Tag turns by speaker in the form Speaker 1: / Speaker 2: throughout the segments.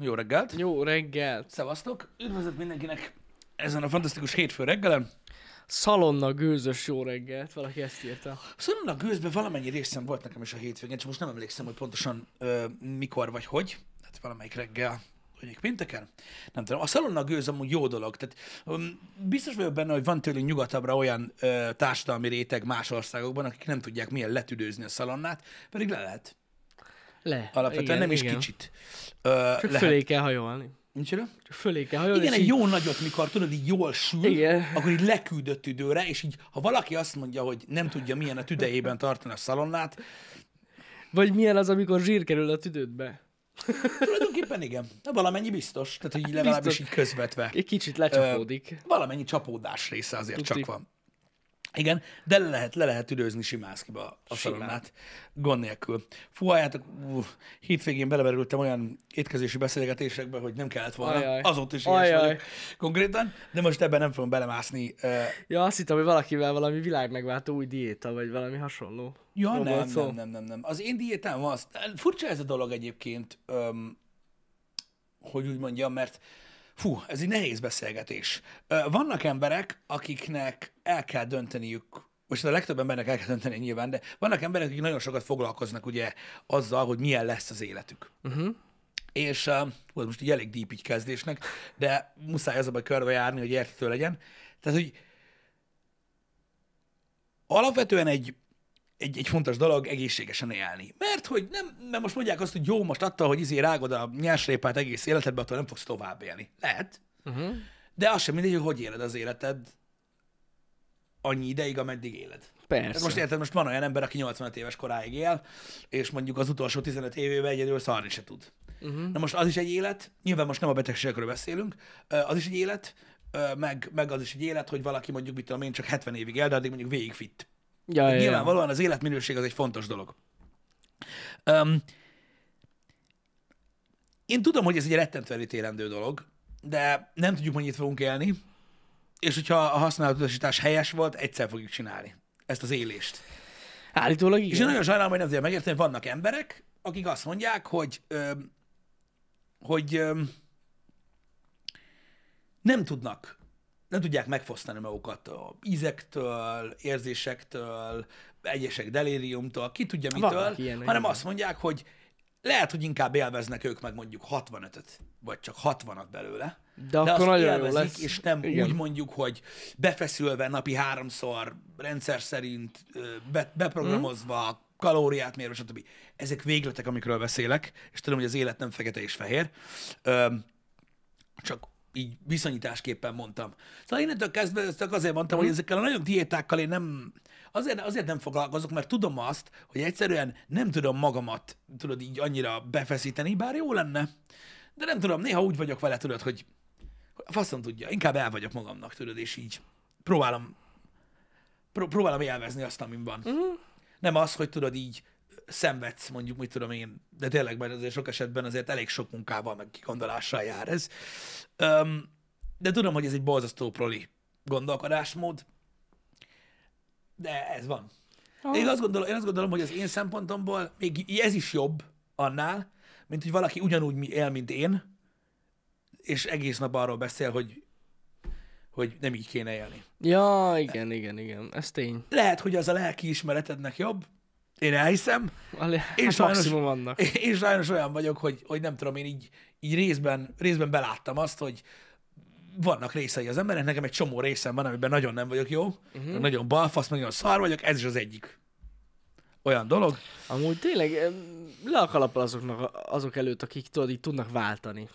Speaker 1: Jó reggelt!
Speaker 2: Jó reggelt!
Speaker 1: Szevasztok! Üdvözlök mindenkinek ezen a fantasztikus hétfő reggelen.
Speaker 2: Szalonna gőzös jó reggelt, valaki ezt írta.
Speaker 1: Szóval a gőzben valamennyi részem volt nekem is a hétvégén, csak most nem emlékszem, hogy pontosan ö, mikor vagy hogy. Hát valamelyik reggel, mondjuk pénteken. Nem tudom. A szalonna gőz amúgy jó dolog. Tehát, um, biztos vagyok benne, hogy van tőlünk nyugatabbra olyan ö, társadalmi réteg más országokban, akik nem tudják milyen letüdőzni a szalonnát, pedig le lehet.
Speaker 2: Le.
Speaker 1: Alapvetően
Speaker 2: igen,
Speaker 1: nem is
Speaker 2: igen.
Speaker 1: kicsit. Ö,
Speaker 2: Csak fölé kell hajolni.
Speaker 1: Micsoda?
Speaker 2: Csak fölé kell hajolni.
Speaker 1: Igen,
Speaker 2: és
Speaker 1: egy
Speaker 2: így-
Speaker 1: jó nagyot, mikor tudod, így jól sül,
Speaker 2: Igen.
Speaker 1: akkor így leküldött időre, és így, ha valaki azt mondja, hogy nem tudja, milyen a tüdejében tartani a szalonnát,
Speaker 2: Vagy milyen az, amikor zsír kerül a tüdődbe?
Speaker 1: tulajdonképpen igen. De valamennyi biztos. Tehát, hogy így legalábbis
Speaker 2: Biztos.
Speaker 1: így közvetve.
Speaker 2: Egy kicsit lecsapódik.
Speaker 1: Valamennyi csapódás része azért
Speaker 2: Tuti.
Speaker 1: csak van. Igen, de le lehet, le lehet üdőzni simászkiba a szalonnát, gond nélkül. Fú, halljátok, ú, hétvégén belemerültem olyan étkezési beszélgetésekbe, hogy nem kellett volna.
Speaker 2: Ajaj.
Speaker 1: Azóta is ilyes
Speaker 2: Ajaj.
Speaker 1: vagyok konkrétan, de most ebben nem fogom belemászni ö,
Speaker 2: Ja, azt hittem, hogy valakivel valami világmegváltó új diéta, vagy valami hasonló.
Speaker 1: Ja,
Speaker 2: Arról
Speaker 1: nem,
Speaker 2: volt szó.
Speaker 1: nem, nem, nem, nem. Az én diétám az. Furcsa ez a dolog egyébként, öm, hogy úgy mondjam, mert fú, ez egy nehéz beszélgetés. Ö, vannak emberek, akiknek el kell dönteniük, most a legtöbb embernek el kell dönteni nyilván, de vannak emberek, akik nagyon sokat foglalkoznak ugye azzal, hogy milyen lesz az életük.
Speaker 2: Mhm.
Speaker 1: És uh, hú, ez most így elég deep így kezdésnek, de muszáj az abban körbe járni, hogy érthető legyen. Tehát, hogy alapvetően egy, egy, egy fontos dolog egészségesen élni. Mert hogy nem, mert most mondják azt, hogy jó, most attól, hogy izé rágod a nyásrépát egész életedbe, attól nem fogsz tovább élni. Lehet.
Speaker 2: Uh-huh.
Speaker 1: De az sem mindegy, hogy hogy éled az életed annyi ideig, ameddig éled.
Speaker 2: Persze.
Speaker 1: Tehát most e- érted, most van olyan ember, aki 85 éves koráig él, és mondjuk az utolsó 15 évében egyedül szarni se tud. Uh-huh. Na most az is egy élet, nyilván most nem a betegségekről beszélünk, ö, az is egy élet, ö, meg, meg az is egy élet, hogy valaki mondjuk, mit tudom én, csak 70 évig él, de addig mondjuk végig fit.
Speaker 2: ja, ja, ja.
Speaker 1: Nyilvánvalóan az életminőség az egy fontos dolog. Um, én tudom, hogy ez egy rettentően ítélendő dolog, de nem tudjuk, mennyit fogunk élni, és hogyha a használatutasítás helyes volt, egyszer fogjuk csinálni ezt az élést.
Speaker 2: Állítólag
Speaker 1: És én
Speaker 2: igen.
Speaker 1: nagyon sajnálom, hogy nem tudja megérteni, hogy vannak emberek, akik azt mondják, hogy, öm, hogy öm, nem tudnak, nem tudják megfosztani magukat a ízektől, érzésektől, egyesek delíriumtól, ki tudja mitől,
Speaker 2: Vannak ilyenek,
Speaker 1: hanem
Speaker 2: igen.
Speaker 1: azt mondják, hogy lehet, hogy inkább élveznek ők meg mondjuk 65-öt, vagy csak 60-at belőle.
Speaker 2: De akkor
Speaker 1: azt
Speaker 2: nagyon jó
Speaker 1: élvezik,
Speaker 2: lesz.
Speaker 1: És nem
Speaker 2: Igen.
Speaker 1: úgy mondjuk, hogy befeszülve napi háromszor, rendszer szerint, ö, be, beprogramozva,
Speaker 2: Mhm.
Speaker 1: kalóriát mérve, stb. Ezek végletek, amikről beszélek, és tudom, hogy az élet nem fekete és fehér. Öm, csak így viszonyításképpen mondtam. Szóval innentől kezdve ezt csak azért mondtam,
Speaker 2: Mhm.
Speaker 1: hogy ezekkel a nagyon diétákkal én nem, azért, azért nem foglalkozok, mert tudom azt, hogy egyszerűen nem tudom magamat, tudod, így annyira befeszíteni, bár jó lenne, de nem tudom, néha úgy vagyok vele, tudod, hogy a faszom tudja, inkább el vagyok magamnak, tudod, és így próbálom, pró- próbálom élvezni azt, amin van. Nem az, hogy tudod, így szenvedsz, mondjuk, mit tudom én, de tényleg, mert azért sok esetben azért elég sok munkával, meg kigondolással jár ez. Öm, de tudom, hogy ez egy borzasztó proli gondolkodásmód, de ez van. Én azt, gondolom, én azt gondolom, hogy az én szempontomból még ez is jobb annál, mint hogy valaki ugyanúgy mi- él, mint én, és egész nap arról beszél, hogy, hogy nem így kéne élni.
Speaker 2: Ja, igen, igen, igen. Ez tény.
Speaker 1: Lehet, hogy az a lelki ismeretednek jobb, én elhiszem,
Speaker 2: Ali...
Speaker 1: Én
Speaker 2: Hát
Speaker 1: sajnos-
Speaker 2: maximum vannak.
Speaker 1: Én sajnos olyan vagyok, hogy, hogy nem tudom, én így, így részben, részben beláttam azt, hogy vannak részei az embernek, nekem egy csomó részem van, amiben nagyon nem vagyok jó, uh-huh. nagyon balfasz, meg nagyon szar vagyok, ez is az egyik olyan dolog.
Speaker 2: Amúgy tényleg em, le a kalappal azoknak, azok előtt, akik tudod, így tudnak váltani.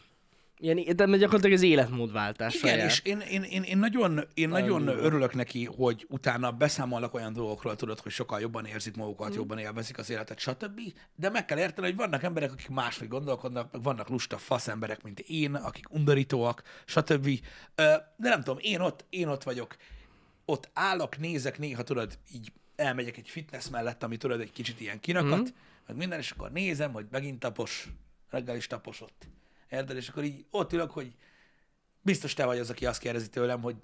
Speaker 2: Ilyen, de gyakorlatilag ez életmódváltás.
Speaker 1: Igen,
Speaker 2: saját.
Speaker 1: és én, én, én, én nagyon, én nagyon
Speaker 2: durva.
Speaker 1: örülök neki, hogy utána beszámolnak olyan dolgokról, tudod, hogy sokkal jobban érzik magukat, mm. jobban élvezik az életet, stb. De meg kell érteni, hogy vannak emberek, akik máshogy gondolkodnak, meg vannak lusta fasz emberek, mint én, akik undorítóak, stb. Ö, De nem tudom, én ott, én ott vagyok. Ott állok, nézek néha, tudod, így elmegyek egy fitness mellett, ami tudod, egy kicsit ilyen kinakat, mm. meg minden, és akkor nézem, hogy megint tapos, reggel is taposott. Érted? És akkor így ott ülök, hogy biztos te vagy az, aki azt kérdezi tőlem, hogy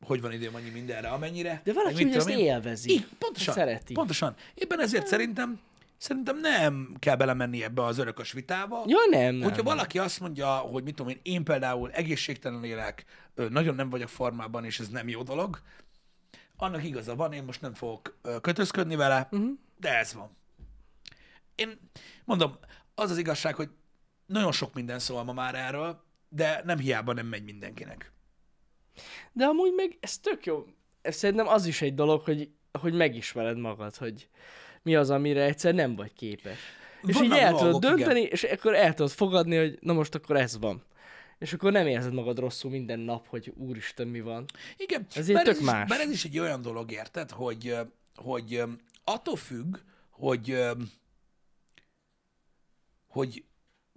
Speaker 1: hogy van időm annyi mindenre, amennyire.
Speaker 2: De
Speaker 1: meg
Speaker 2: valaki
Speaker 1: mit
Speaker 2: ugye ezt
Speaker 1: tudom én.
Speaker 2: élvezi. Hát
Speaker 1: Így, pontosan.
Speaker 2: Szereti.
Speaker 1: Pontosan. Éppen ezért szerintem, Szerintem nem kell belemenni ebbe az örökös vitába.
Speaker 2: Ja, nem, nem.
Speaker 1: Hogyha valaki azt mondja, hogy mit tudom én, én például egészségtelen élek, ö, nagyon nem vagyok formában, és ez nem jó dolog, annak igaza van, én most nem fogok ö, kötözködni vele,
Speaker 2: Mhm.
Speaker 1: uh-huh. de ez van. Én mondom, az az igazság, hogy nagyon sok minden szól ma már erről, de nem hiába nem megy mindenkinek.
Speaker 2: De amúgy meg ez tök jó. Ez Szerintem az is egy dolog, hogy, hogy megismered magad, hogy mi az, amire egyszer nem vagy képes. És
Speaker 1: Vannak
Speaker 2: így el
Speaker 1: dolgok,
Speaker 2: tudod dönteni, igen. és akkor el tudod fogadni, hogy na most akkor ez van. És akkor nem érzed magad rosszul minden nap, hogy úristen, mi van.
Speaker 1: Igen.
Speaker 2: Ez így
Speaker 1: bár
Speaker 2: tök
Speaker 1: is,
Speaker 2: más.
Speaker 1: Bár ez is egy olyan dolog, érted, hogy, ö, hogy ö, attól függ, hogy, ö, hogy,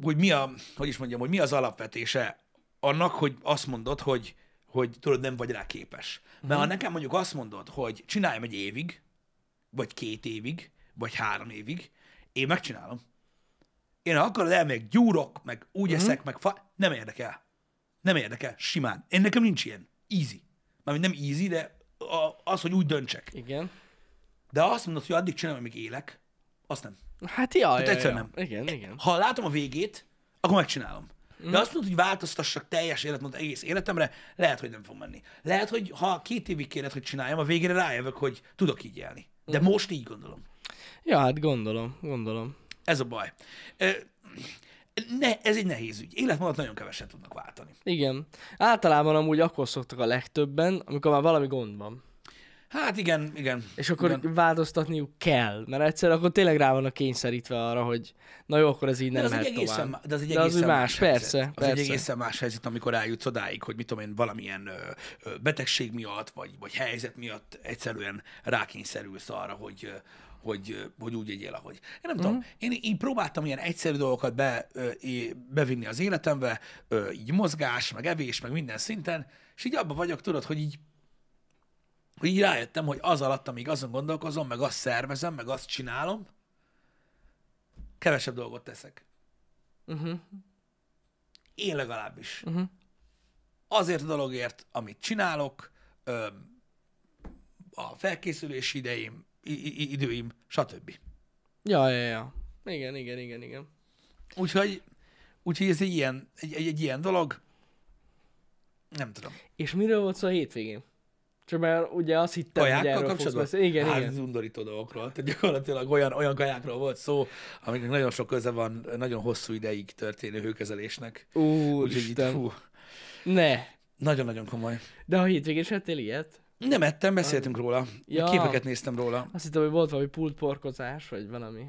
Speaker 1: hogy mi a, hogy is mondjam, hogy mi az alapvetése annak, hogy azt mondod, hogy, hogy tudod, nem vagy rá képes. Mert
Speaker 2: Mhm.
Speaker 1: ha nekem mondjuk azt mondod, hogy csináljam egy évig, vagy két évig, vagy három évig, én megcsinálom. Én ha akarod, elmegyek, gyúrok, meg úgy
Speaker 2: Mhm.
Speaker 1: uh-huh. eszek, meg fa... Nem érdekel. Nem érdekel, simán. Én nekem nincs ilyen. Easy. Mármint nem easy, de a- az, hogy úgy döntsek.
Speaker 2: Igen.
Speaker 1: De ha azt mondod, hogy addig csinálom, amíg élek, azt nem.
Speaker 2: Hát jaj, jaj,
Speaker 1: egyszer
Speaker 2: jaj.
Speaker 1: nem.
Speaker 2: Igen, igen.
Speaker 1: Ha látom a végét, akkor megcsinálom. De azt mondod, hogy változtassak teljes életmódot egész életemre, lehet, hogy nem fog menni. Lehet, hogy ha két évig kéred, hogy csináljam, a végére rájövök, hogy tudok így élni. De most így gondolom.
Speaker 2: Ja, hát gondolom, gondolom.
Speaker 1: Ez a baj. Ö, Ne, ez egy nehéz ügy. Életmódot nagyon keveset tudnak váltani.
Speaker 2: Igen. Általában amúgy akkor szoktak a legtöbben, amikor már valami gond van.
Speaker 1: Hát igen, igen.
Speaker 2: És akkor
Speaker 1: igen.
Speaker 2: Igen. változtatniuk kell, mert egyszer akkor tényleg rá vannak kényszerítve arra, hogy na jó, akkor ez így nem
Speaker 1: De az, egy
Speaker 2: mehet
Speaker 1: egészen,
Speaker 2: tovább.
Speaker 1: má- de az egy
Speaker 2: De az
Speaker 1: egészen
Speaker 2: úgy más,
Speaker 1: helyzet.
Speaker 2: persze,
Speaker 1: Az egy
Speaker 2: persze.
Speaker 1: egészen más helyzet, amikor eljutsz odáig, hogy mit tudom én, valamilyen ö, ö, betegség miatt, vagy, vagy helyzet miatt egyszerűen rákényszerülsz arra, hogy, ö, hogy, ö, hogy úgy egyél, ahogy. Én nem mm.
Speaker 2: Mhm.
Speaker 1: tudom, én így próbáltam ilyen egyszerű dolgokat be, ö, é- bevinni az életembe, ö, így mozgás, meg evés, meg minden szinten, és így abban vagyok, tudod, hogy így hogy így rájöttem, hogy az alatt, amíg azon gondolkozom, meg azt szervezem, meg azt csinálom, kevesebb dolgot teszek.
Speaker 2: Uh-huh.
Speaker 1: Én legalábbis.
Speaker 2: Mhm.
Speaker 1: Azért a dologért, amit csinálok, ö, a felkészülési ideim, i- i- időim, stb.
Speaker 2: Ja, ja, ja. Igen, igen, igen, igen.
Speaker 1: Úgyhogy, úgyhogy ez egy ilyen, egy, egy, egy ilyen dolog, nem tudom.
Speaker 2: És miről volt szó a hétvégén? Csak mert ugye azt hittem, hogy
Speaker 1: Kajákkal
Speaker 2: erről fogsz
Speaker 1: kapcsolatban?
Speaker 2: beszélni. Igen,
Speaker 1: hát,
Speaker 2: igen.
Speaker 1: ez undorító dolgokról. Tehát gyakorlatilag olyan, olyan kajákról volt szó, amiknek nagyon sok köze van nagyon hosszú ideig történő hőkezelésnek. Úgyhogy itt,
Speaker 2: Úristen.
Speaker 1: fú,
Speaker 2: Ne.
Speaker 1: nagyon-nagyon komoly.
Speaker 2: De a hétvégén se ettél ilyet?
Speaker 1: Nem ettem, beszéltünk róla.
Speaker 2: Hát, Ja.
Speaker 1: Ja. Képeket néztem róla.
Speaker 2: Azt hittem, hogy volt valami pultporkozás, vagy valami.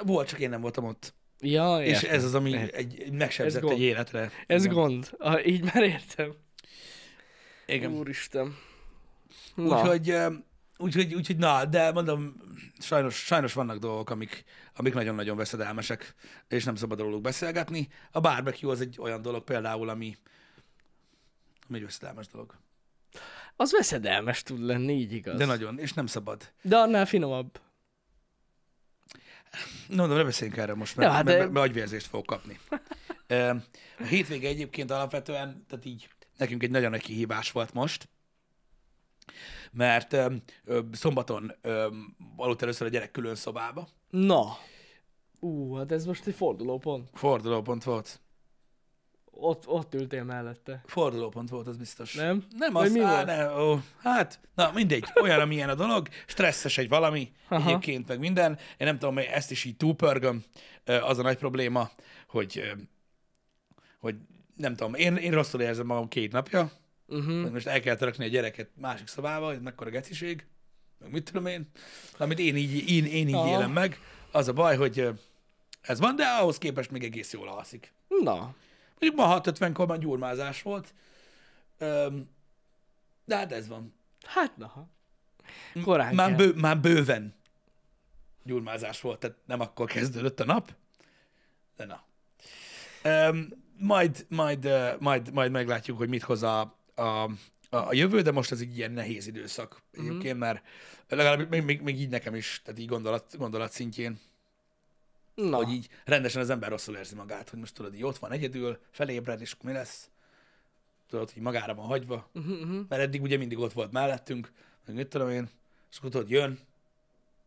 Speaker 1: Volt, csak én nem voltam ott.
Speaker 2: Ja,
Speaker 1: És
Speaker 2: értem.
Speaker 1: ez az, ami
Speaker 2: Lehet.
Speaker 1: egy, egy megsebzett
Speaker 2: Ez gond.
Speaker 1: egy életre.
Speaker 2: Ez
Speaker 1: Igen.
Speaker 2: gond. Ah, így már értem.
Speaker 1: Igen.
Speaker 2: Úristen. Na.
Speaker 1: Úgyhogy, ö, úgyhogy, úgyhogy, na, de mondom, sajnos, sajnos vannak dolgok, amik, amik nagyon-nagyon veszedelmesek, és nem szabad róluk beszélgetni. A barbecue az egy olyan dolog például, ami, ami egy veszedelmes dolog.
Speaker 2: Az veszedelmes tud lenni, így igaz.
Speaker 1: De nagyon, és nem szabad.
Speaker 2: De annál finomabb.
Speaker 1: Na, mondom, ne beszéljünk erre most, mert,
Speaker 2: Ja, hát
Speaker 1: mert,
Speaker 2: de-
Speaker 1: mert, mert agyvérzést fogok kapni. Ö, A hétvége egyébként alapvetően, tehát így nekünk egy nagyon nagy kihívás volt most, mert ö, ö, szombaton ö, aludt először a gyerek külön szobába.
Speaker 2: Na. Ú, hát ez most egy fordulópont.
Speaker 1: Fordulópont volt.
Speaker 2: Ott, ott ültél mellette.
Speaker 1: Fordulópont volt, az biztos.
Speaker 2: Nem?
Speaker 1: Nem,
Speaker 2: Vagy
Speaker 1: az,
Speaker 2: mi
Speaker 1: á,
Speaker 2: volt?
Speaker 1: ne, ó, hát, na mindegy, olyan, amilyen a dolog, stresszes egy valami, Aha.
Speaker 2: Aha.
Speaker 1: egyébként meg minden. Én nem tudom, hogy ezt is így túlpörgöm, Ö, az a nagy probléma, hogy, ö, hogy nem tudom, én, én rosszul érzem magam két napja,
Speaker 2: Uh-huh.
Speaker 1: hogy most el kell rakni a gyereket másik szobába, hogy mekkora geciség, meg mit tudom én, amit én így, én, én így
Speaker 2: Aha.
Speaker 1: élem meg. Az a baj, hogy ö, ez van, de ahhoz képest még egész jól alszik.
Speaker 2: Na.
Speaker 1: Mondjuk ma 6.50-kor már gyurmázás volt. Öm, de hát ez van.
Speaker 2: Hát na. Korán
Speaker 1: Már,
Speaker 2: Már
Speaker 1: bő, már bőven gyurmázás volt, tehát nem akkor kezdődött a nap. De na. Öm, majd, majd, ö, majd, majd meglátjuk, hogy mit hoz a, a, a, a jövő, de most ez egy ilyen nehéz időszak egyébként, mert legalább még, még, még így nekem is, tehát így gondolat, gondolat szintjén,
Speaker 2: Na.
Speaker 1: hogy így rendesen az ember rosszul érzi magát, hogy most tudod, így ott van egyedül, felébred, és akkor mi lesz? Tudod, hogy magára van hagyva.
Speaker 2: Uh-huh, uh-huh.
Speaker 1: mert eddig ugye mindig ott volt mellettünk, meg mit tudom én, és akkor tudod, jön,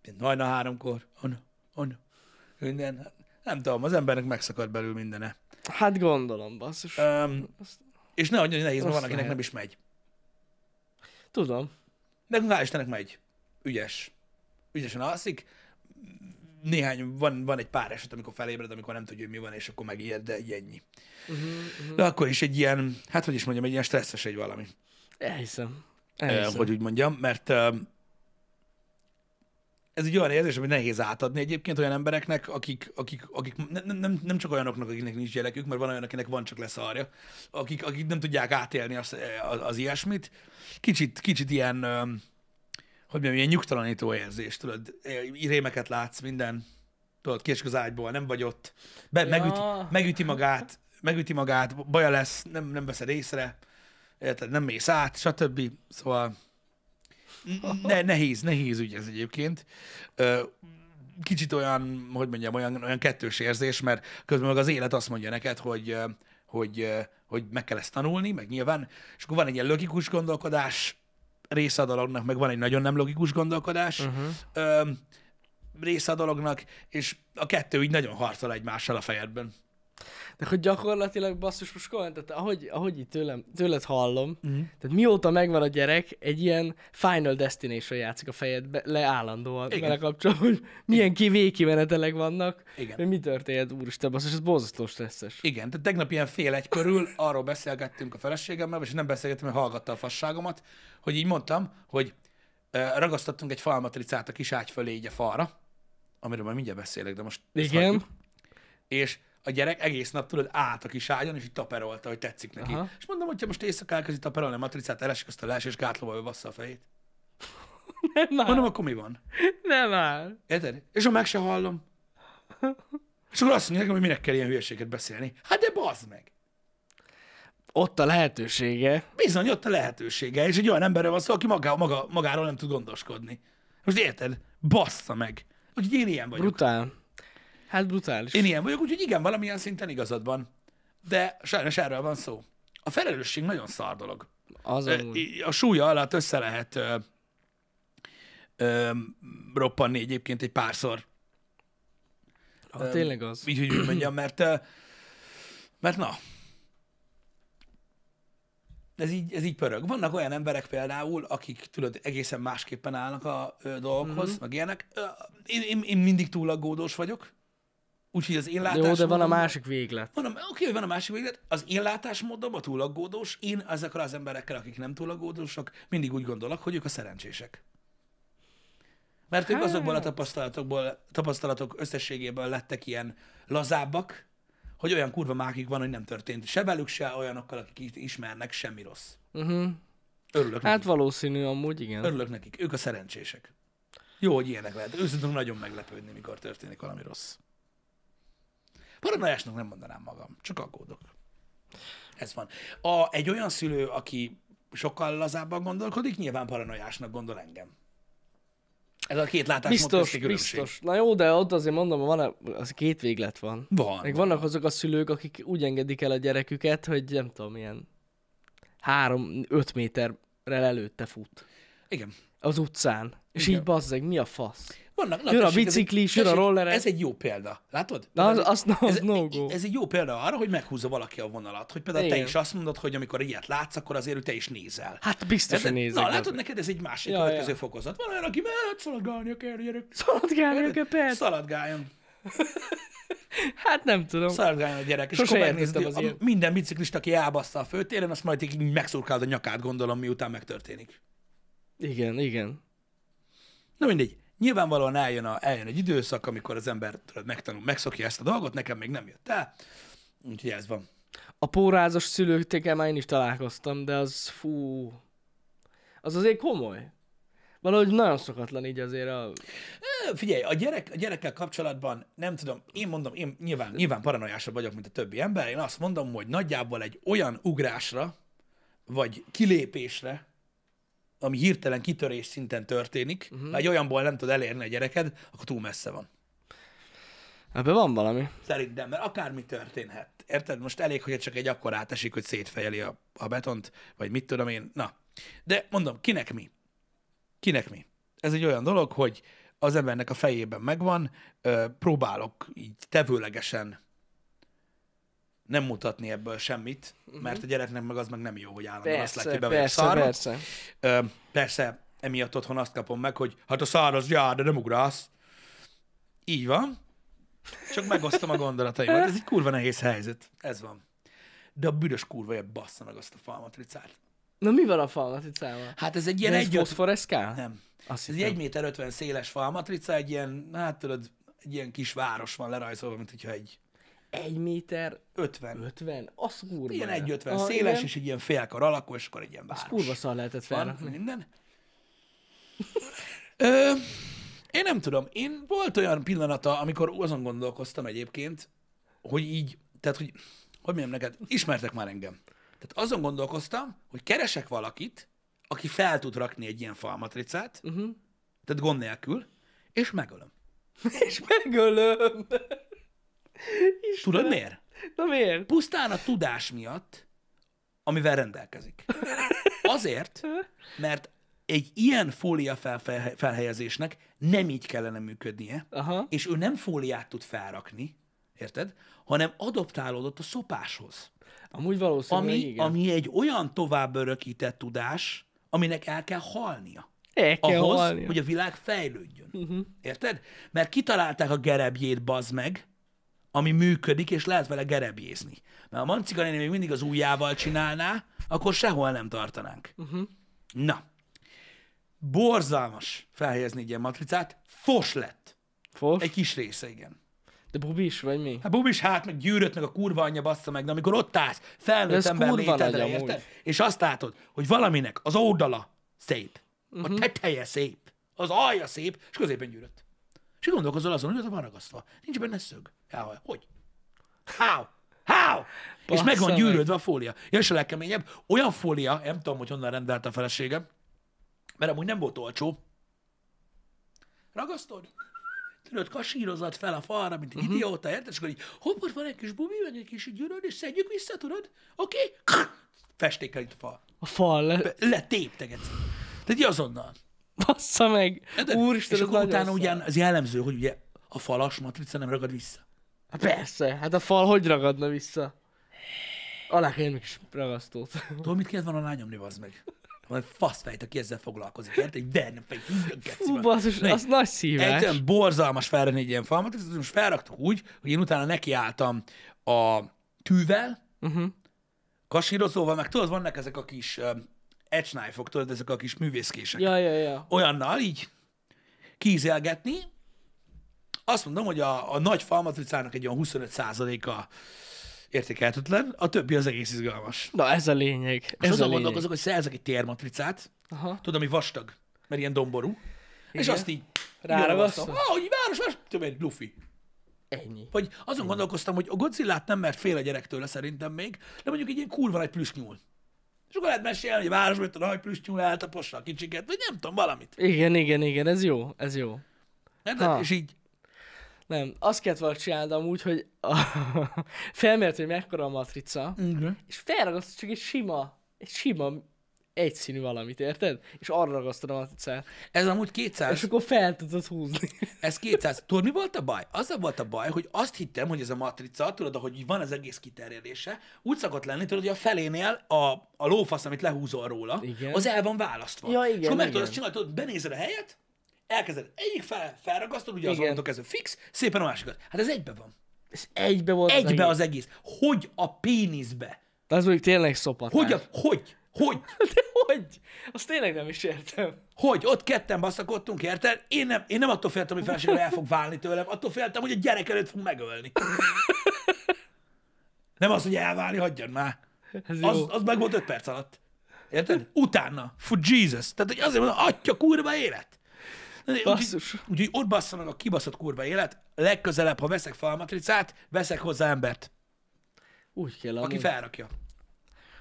Speaker 1: mint hajna háromkor, on, on, minden, nem tudom, az embernek megszakad belül mindene.
Speaker 2: Hát gondolom, basszus.
Speaker 1: Um, és ne nagyon nehéz, mert van,
Speaker 2: Azt
Speaker 1: akinek
Speaker 2: lehet.
Speaker 1: nem is megy.
Speaker 2: Tudom.
Speaker 1: Nekünk hál' Istennek megy. Ügyes. Ügyesen alszik. Néhány, van, van egy pár eset, amikor felébred, amikor nem tudja, hogy mi van, és akkor megijed, de egy ennyi. De akkor is egy ilyen, hát hogy is mondjam, egy ilyen stresszes egy valami.
Speaker 2: Elhiszem.
Speaker 1: Eh,
Speaker 2: Elhiszem.
Speaker 1: hogy úgy mondjam, mert eh, ez egy olyan érzés, amit nehéz átadni egyébként olyan embereknek, akik, akik, akik nem- nem, nem, nem, csak olyanoknak, akiknek nincs gyerekük, mert van olyan, akinek van csak leszarja, akik, akik nem tudják átélni az, az, az ilyesmit. Kicsit, kicsit ilyen, eh, hogy mondjam, ilyen nyugtalanító érzés, tudod, eh, rémeket látsz minden, tudod, kiesik az ágyból, nem vagy ott, Be,
Speaker 2: Ja.
Speaker 1: megüti, megüti, magát, megüti magát, baja lesz, nem, nem veszed észre, érted, nem mész át, stb. Szóval ne, nehéz, nehéz ügy ez egyébként. Ö, Kicsit olyan, hogy mondjam, olyan, olyan kettős érzés, mert közben meg az élet azt mondja neked, hogy, ö, hogy, ö, hogy meg kell ezt tanulni, meg nyilván, és akkor van egy ilyen logikus gondolkodás része a dolognak, meg van egy nagyon nem logikus gondolkodás uh-huh. része a dolognak, és a kettő így nagyon harcol egymással a fejedben.
Speaker 2: De hogy gyakorlatilag basszus, most komolyan, tehát ahogy, ahogy itt tőlem, tőled hallom,
Speaker 1: Mhm.
Speaker 2: tehát mióta megvan a gyerek, egy ilyen Final Destination játszik a fejedbe, le állandóan
Speaker 1: Igen.
Speaker 2: vele kapcsolatban, hogy milyen kivé kimenetelek vannak,
Speaker 1: Igen.
Speaker 2: hogy mi történt, úristen, basszus, ez borzasztó stresszes.
Speaker 1: Igen, tehát tegnap ilyen fél egy körül arról beszélgettünk a feleségemmel, és nem beszélgettem, mert hallgatta a fasságomat, hogy így mondtam, hogy ö, ragasztottunk egy falmatricát a kis ágy fölé így a falra, amiről majd mindjárt beszélek, de most ezt
Speaker 2: Igen.
Speaker 1: hagyjuk. És a gyerek egész nap tudod át a kis ágyon, és így taperolta, hogy tetszik neki. Aha.
Speaker 2: Aha.
Speaker 1: És mondom, hogyha most éjszaka elkezdi taperolni a matricát, elesik azt a lees, és gátlóval bassza a fejét.
Speaker 2: Nem már,
Speaker 1: Mondom, akkor mi van?
Speaker 2: nem már.
Speaker 1: Érted? És ha meg se hallom. És akkor azt mondja nekem, hogy minek kell ilyen hülyeséget beszélni. Hát de bazd meg!
Speaker 2: Ott a lehetősége.
Speaker 1: Bizony, ott a lehetősége, és egy olyan emberről van szó, aki maga, maga, magáról nem tud gondoskodni. Most érted? Bassza meg. Úgyhogy én ilyen vagyok.
Speaker 2: Brutál. Hát brutális.
Speaker 1: Én ilyen vagyok, úgyhogy igen, valamilyen szinten igazad van. De sajnos erről van szó. A felelősség nagyon szar dolog.
Speaker 2: Az
Speaker 1: Ö,
Speaker 2: amúgy.
Speaker 1: í- A súlya alatt össze lehet ö, ö, roppanni egyébként egy párszor.
Speaker 2: Ha Hát tényleg az.
Speaker 1: Így, hogy úgy mondjam, mert, ö, mert na, ez így, ez így pörög. Vannak olyan emberek például, akik tudod, egészen másképpen állnak a ö, dolgokhoz, mm-hmm. meg ilyenek. Ö, én, én, én mindig túl aggódós vagyok, úgyhogy az én
Speaker 2: Jó, de van a
Speaker 1: látásmódom-
Speaker 2: másik véglet.
Speaker 1: Mondom, oké, hogy van a másik véglet. Az én látásmódom a túlaggódós, én ezekre az emberekkel, akik nem túlaggódósok, mindig úgy gondolok, hogy ők a szerencsések. Mert ők azokból a tapasztalatokból, tapasztalatok összességéből lettek ilyen lazábbak, hogy olyan kurva mákik van, hogy nem történt se velük, se olyanokkal, akik itt ismernek, semmi rossz.
Speaker 2: Uh-huh.
Speaker 1: Örülök, hát...
Speaker 2: Hát valószínű amúgy, igen.
Speaker 1: nekik. Örülök nekik. Ők a szerencsések. Jó, hogy ilyenek lehet. Őszintén nagyon meglepődni, mikor történik valami rossz. Paranoiásnak nem mondanám magam, csak aggódok. Ez van. A, egy olyan szülő, aki sokkal lazábban gondolkodik, nyilván paranoiásnak gondol engem. Ez a két látásmód
Speaker 2: Biztos,
Speaker 1: közti különbség.
Speaker 2: biztos. Na jó, de ott azért mondom, van az két véglet van.
Speaker 1: Van.
Speaker 2: Meg vannak azok a szülők, akik úgy engedik el a gyereküket, hogy nem tudom, ilyen három-öt méterrel előtte fut
Speaker 1: Igen.
Speaker 2: az utcán. És
Speaker 1: Igen.
Speaker 2: így bazzeg, mi a fasz?
Speaker 1: Vannak,
Speaker 2: Jön a
Speaker 1: tessék, ez egy-
Speaker 2: biciklis, jön a
Speaker 1: tessék,
Speaker 2: rollerek.
Speaker 1: Ez egy jó példa. Látod?
Speaker 2: Na, az,
Speaker 1: Ez-
Speaker 2: az, no- az
Speaker 1: ez,
Speaker 2: no go.
Speaker 1: ez egy jó példa arra, hogy meghúzza valaki a vonalat. Hogy például Igen. te
Speaker 2: Igen.
Speaker 1: is azt mondod, hogy amikor ilyet látsz, akkor azért hogy te is nézel.
Speaker 2: Hát biztos,
Speaker 1: Érted?
Speaker 2: hogy nézek.
Speaker 1: Na, látod, neked ez egy másik ja,
Speaker 2: Ja,
Speaker 1: következő ja.
Speaker 2: ja.
Speaker 1: fokozat. Van olyan, aki mehet szaladgálni, kell gyerek.
Speaker 2: Szaladgálni a köpet?
Speaker 1: Szaladgáljon.
Speaker 2: Hát nem tudom.
Speaker 1: Szaladgáljon a gyerek. És
Speaker 2: Sose
Speaker 1: akkor megnézed,
Speaker 2: értettem
Speaker 1: hogy
Speaker 2: az
Speaker 1: a,
Speaker 2: ilyet.
Speaker 1: minden biciklista, aki elbassza a főtéren, azt majd így megszurkálod a nyakát, gondolom, miután megtörténik.
Speaker 2: Igen, igen.
Speaker 1: Na mindegy. Nyilvánvalóan eljön, a, eljön egy időszak, amikor az ember tudod, megtanul, megszokja ezt a dolgot, nekem még nem jött el. Úgyhogy ez van.
Speaker 2: A pórázas szülőkkel már én is találkoztam, de az fú... Az azért komoly. Valahogy nagyon szokatlan így azért a...
Speaker 1: Ö, Figyelj, a, gyerek, a gyerekkel kapcsolatban nem tudom, én mondom, én nyilván, nyilván paranoiásabb vagyok, mint a többi ember, én azt mondom, hogy nagyjából egy olyan ugrásra, vagy kilépésre, ami hirtelen kitörés szinten történik, uh-huh. ha egy olyanból nem tud elérni a gyereked, akkor túl messze van.
Speaker 2: Ebben van valami.
Speaker 1: Szerintem, mert akármi történhet. Érted? Most elég, hogy csak egy akkor átesik, hogy szétfejeli a, a betont, vagy mit tudom én. Na. De mondom, kinek mi? Kinek mi? Ez egy olyan dolog, hogy az embernek a fejében megvan, ö, próbálok így tevőlegesen nem mutatni ebből semmit, mert a gyereknek meg az meg nem jó, hogy állandóan azt látja,
Speaker 2: Persze,
Speaker 1: hogy be vagyok
Speaker 2: Mhm. persze,
Speaker 1: szarva.
Speaker 2: persze.
Speaker 1: Ö, persze, emiatt otthon azt kapom meg, hogy hát a száraz jár, de nem ugrálsz. Így van. Csak megosztom a gondolataimat. Ez egy kurva nehéz helyzet. Ez van. De a büdös kurva ebb bassza meg azt a falmatricát.
Speaker 2: Na mi van a falmatricával?
Speaker 1: Hát ez egy
Speaker 2: Ilyen
Speaker 1: ilyen
Speaker 2: egy
Speaker 1: egy...
Speaker 2: foszforeszkál?
Speaker 1: Nem.
Speaker 2: Azt
Speaker 1: Ez
Speaker 2: hittem.
Speaker 1: egy 1 méter 50 széles falmatrica, egy ilyen, hát tudod, egy ilyen kis város van lerajzolva, mint hogyha egy
Speaker 2: Egy méter
Speaker 1: 50.
Speaker 2: 50? Az kurva.
Speaker 1: Ilyen
Speaker 2: jó.
Speaker 1: 1,50
Speaker 2: Aha,
Speaker 1: széles,
Speaker 2: igen.
Speaker 1: és egy ilyen félkar alakú, és akkor egy ilyen város.
Speaker 2: Azt kurva szar lehetett
Speaker 1: van
Speaker 2: felrakni.
Speaker 1: minden. Ö, én nem tudom, én volt olyan pillanata, amikor azon gondolkoztam egyébként, hogy így, tehát hogy, hogy mondjam neked, ismertek már engem. Tehát azon gondolkoztam, hogy keresek valakit, aki fel tud rakni egy ilyen falmatricát, uh-huh. tehát gond nélkül, és megölöm.
Speaker 2: És megölöm.
Speaker 1: Tudod miért?
Speaker 2: Na miért?
Speaker 1: Pusztán a tudás miatt, amivel rendelkezik. Azért, mert egy ilyen fólia felfe- felhelyezésnek nem így kellene működnie,
Speaker 2: Aha.
Speaker 1: és ő nem fóliát tud felrakni, érted? Hanem adaptálódott a szopáshoz.
Speaker 2: Amúgy valószínűleg ami,
Speaker 1: Ami,
Speaker 2: Szóval igen. Ami
Speaker 1: ami egy olyan tovább örökített tudás, aminek el kell halnia.
Speaker 2: El kell
Speaker 1: ahhoz,
Speaker 2: halnia. Mhm.
Speaker 1: hogy a világ fejlődjön. Uh-huh. Érted? Mert kitalálták a gerebjét, bazd meg, ami működik, és lehet vele gerebjézni. Mert ha Mancika néni még mindig az ujjával csinálná, akkor sehol nem tartanánk.
Speaker 2: Mhm.
Speaker 1: Uh-huh. Na. Borzalmas felhelyezni egy ilyen matricát. Fos lett.
Speaker 2: Fos?
Speaker 1: Egy kis része, igen.
Speaker 2: De bubis vagy mi?
Speaker 1: Hát bubis hát, meg gyűrött, meg a kurva anyja bassza meg, de amikor ott állsz, felnőtt
Speaker 2: Ez
Speaker 1: ember
Speaker 2: kurva nagy
Speaker 1: létedre,
Speaker 2: amúgy.
Speaker 1: érted? És azt látod, hogy valaminek az oldala szép,
Speaker 2: Mhm.
Speaker 1: a teteje szép, az alja szép, és középen gyűrött. És így gondolkozol azon, hogy ott van ragasztva. Nincs benne szög. Elhaj. Hogy? How? How? és meg van
Speaker 2: meg.
Speaker 1: gyűrődve a fólia. Ja, és a legkeményebb, olyan fólia, nem tudom, hogy honnan rendelt a feleségem, mert amúgy nem volt olcsó. Ragasztod? Tudod, kasírozod fel a falra, mint egy uh-huh. idióta, érted? És akkor így, hopp, ott van egy kis bumi, meg egy kis gyűröd, és szedjük vissza, tudod? Oké? Okay? Festékkel itt a fal.
Speaker 2: A fal. Le...
Speaker 1: Letéptek egyszer. Tehát így azonnal.
Speaker 2: Bassza meg.
Speaker 1: Érted?
Speaker 2: Úristen,
Speaker 1: és
Speaker 2: ez
Speaker 1: akkor
Speaker 2: nagyon
Speaker 1: utána
Speaker 2: szar.
Speaker 1: ugyan az jellemző, hogy ugye a falas matrica nem ragad vissza.
Speaker 2: Hát persze. Hát a fal hogy ragadna vissza? Alá kell egy kis ragasztót.
Speaker 1: Tudod, mit kellett volna rányomni, az meg? Van egy faszfejt, aki ezzel foglalkozik, érted? Egy vernem fejt, így a geci
Speaker 2: Fú,
Speaker 1: van.
Speaker 2: basszus,
Speaker 1: Na,
Speaker 2: az nagy
Speaker 1: Egy
Speaker 2: szívás.
Speaker 1: olyan borzalmas felrenni egy ilyen falmat, és most felraktuk úgy, hogy én utána nekiálltam a tűvel,
Speaker 2: Uh-huh.
Speaker 1: kasírozóval, meg tudod, vannak ezek a kis um, edge knife-ok, tudod, ezek a kis művészkések.
Speaker 2: Ja, ja, ja.
Speaker 1: Olyannal így kízelgetni, azt mondom, hogy a, a nagy falmatricának egy olyan 25%-a értékelhetetlen, a többi az egész izgalmas.
Speaker 2: Na ez a lényeg.
Speaker 1: És
Speaker 2: Ez a
Speaker 1: azon
Speaker 2: lényeg.
Speaker 1: gondolkozok, hogy szerzek egy térmatricát,
Speaker 2: Aha.
Speaker 1: tudod, ami vastag, mert ilyen domború, és azt így
Speaker 2: Ráragasztod?
Speaker 1: Ah, hogy város, város, tudom én, Luffy.
Speaker 2: Ennyi.
Speaker 1: Vagy azon gondolkoztam, hogy a Godzillát nem, mert fél a gyerektől szerintem még, de mondjuk egy ilyen kurva nagy plüsnyúl. És akkor lehet mesélni, hogy a városban jött a nagy plüsnyúl, eltapossa a kicsiket, vagy nem tudom, valamit.
Speaker 2: Igen, igen, igen, ez jó, ez jó.
Speaker 1: Érted?
Speaker 2: Ha.
Speaker 1: És így,
Speaker 2: Nem, azt kellett volna csinálni amúgy, hogy a... felmért, hogy mekkora a matrica,
Speaker 1: Igen.
Speaker 2: és felragasztod csak egy sima, egy sima egyszínű valamit, érted? És arra ragasztod a matricát.
Speaker 1: ez amúgy
Speaker 2: És
Speaker 1: 200,
Speaker 2: akkor fel tudod húzni.
Speaker 1: ez 200. Tudod, mi volt a baj? Az volt a baj, hogy azt hittem, hogy ez a matrica, tudod, ahogy így van az egész kiterjedése, úgy szokott lenni, tudod, hogy a felénél a, a lófasz, amit lehúzol róla,
Speaker 2: Igen.
Speaker 1: az el van választva.
Speaker 2: Ja, igen,
Speaker 1: és akkor meg
Speaker 2: igen.
Speaker 1: tudod azt csinálni, tudod, benézed a helyet, elkezded egyik fel, felragasztod, ugye
Speaker 2: Igen.
Speaker 1: azon kezdve fix, szépen a másikat. Hát ez egybe van.
Speaker 2: És egybe volt
Speaker 1: Egybe
Speaker 2: az...
Speaker 1: az egész. Hogy a péniszbe?
Speaker 2: egész. Az mondjuk tényleg szopatás.
Speaker 1: Hogy a... Hogy? Hogy?
Speaker 2: De hogy? Azt tényleg nem is értem.
Speaker 1: Hogy? Ott ketten baszakodtunk, érted? Én nem, én nem attól féltem, hogy feleségem el fog válni tőlem, attól féltem, hogy a gyerek előtt fog megölni. Nem az, hogy elválni, hagyjad már.
Speaker 2: Ez jó. Hm.
Speaker 1: Az, az meg volt öt perc alatt. Érted? Utána. For Jesus. Tehát hogy azért mondom, atya kurva élet.
Speaker 2: Basszus.
Speaker 1: Úgyhogy úgy, ott basszanak a kibaszott kurva élet. Legközelebb, ha veszek falmatricát, veszek hozzá embert.
Speaker 2: Úgy kell
Speaker 1: aki
Speaker 2: amúgy.
Speaker 1: felrakja.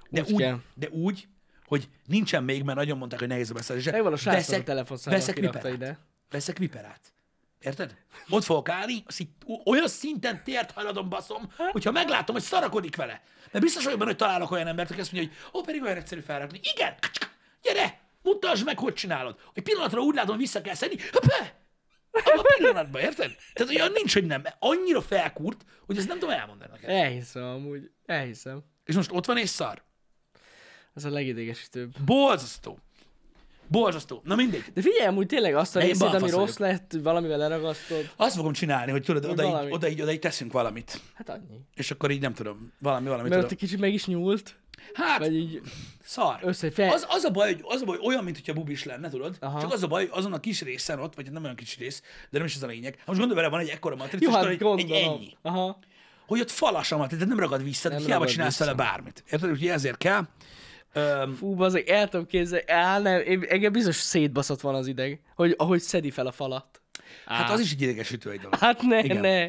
Speaker 1: De
Speaker 2: Úgy
Speaker 1: úgy, úgy
Speaker 2: kell.
Speaker 1: de úgy, hogy nincsen még, mert nagyon mondták, hogy nehéz a beszállás.
Speaker 2: Megvan a srácnak a telefonszámot,
Speaker 1: veszek
Speaker 2: kirakta
Speaker 1: viperát.
Speaker 2: ide.
Speaker 1: Veszek viperát. Érted? Ott fogok állni, azt így o- olyan szinten tért hajladom baszom,
Speaker 2: Hát-
Speaker 1: hogyha meglátom, hogy szarakodik vele. Mert biztos vagyok benne, hogy találok olyan embert, aki azt mondja, hogy ó, pedig olyan egyszerű felrakni. Igen, gyere, mutasd meg, hogy csinálod. Hogy pillanatra úgy látom, hogy vissza kell szedni, Hoppá! Abban a pillanatban, érted? Tehát olyan nincs, hogy nem. Annyira felkúrt, hogy ezt nem tudom elmondani neked.
Speaker 2: Elhiszem amúgy, elhiszem.
Speaker 1: És most ott van és szar.
Speaker 2: Ez a legidegesítőbb.
Speaker 1: Borzasztó. Borzasztó. Na mindegy.
Speaker 2: De figyelj, amúgy tényleg azt a
Speaker 1: Én
Speaker 2: részét, ami
Speaker 1: balfasz
Speaker 2: rossz lett, valamivel leragasztod.
Speaker 1: Azt fogom csinálni, hogy tudod, oda így,
Speaker 2: valami.
Speaker 1: oda így, oda így teszünk valamit.
Speaker 2: Hát annyi.
Speaker 1: És akkor így nem tudom, valami, valami
Speaker 2: Mert ott
Speaker 1: tudom.
Speaker 2: egy kicsit meg is nyúlt,
Speaker 1: Hát,
Speaker 2: vagy így
Speaker 1: szar.
Speaker 2: össze fel.
Speaker 1: Az, az, a baj, hogy, az a baj, olyan, mintha bubis lenne, tudod?
Speaker 2: Aha.
Speaker 1: Aha. Csak az a baj, hogy azon a kis részen ott, vagy hát nem olyan kis rész, de nem is ez a lényeg. Ha most gondolj bele, van egy ekkora matrica,
Speaker 2: Jó,
Speaker 1: és
Speaker 2: hát
Speaker 1: tudod, egy, egy
Speaker 2: gondolom.
Speaker 1: ennyi.
Speaker 2: Aha.
Speaker 1: Hogy ott falas a matrica, tehát nem ragad vissza,
Speaker 2: Nem
Speaker 1: nem hiába
Speaker 2: ragad
Speaker 1: csinálsz
Speaker 2: vissza.
Speaker 1: vele bármit. Érted? Úgyhogy ezért kell. Öm,
Speaker 2: Fú, bazeg, el tudom képzelni. Á, nem, én- engem biztos szétbaszott van az ideg, hogy ahogy szedi fel a falat.
Speaker 1: hát az is egy idegesítő egy dolog.
Speaker 2: Hát ne, Igen.
Speaker 1: Igen.
Speaker 2: ne.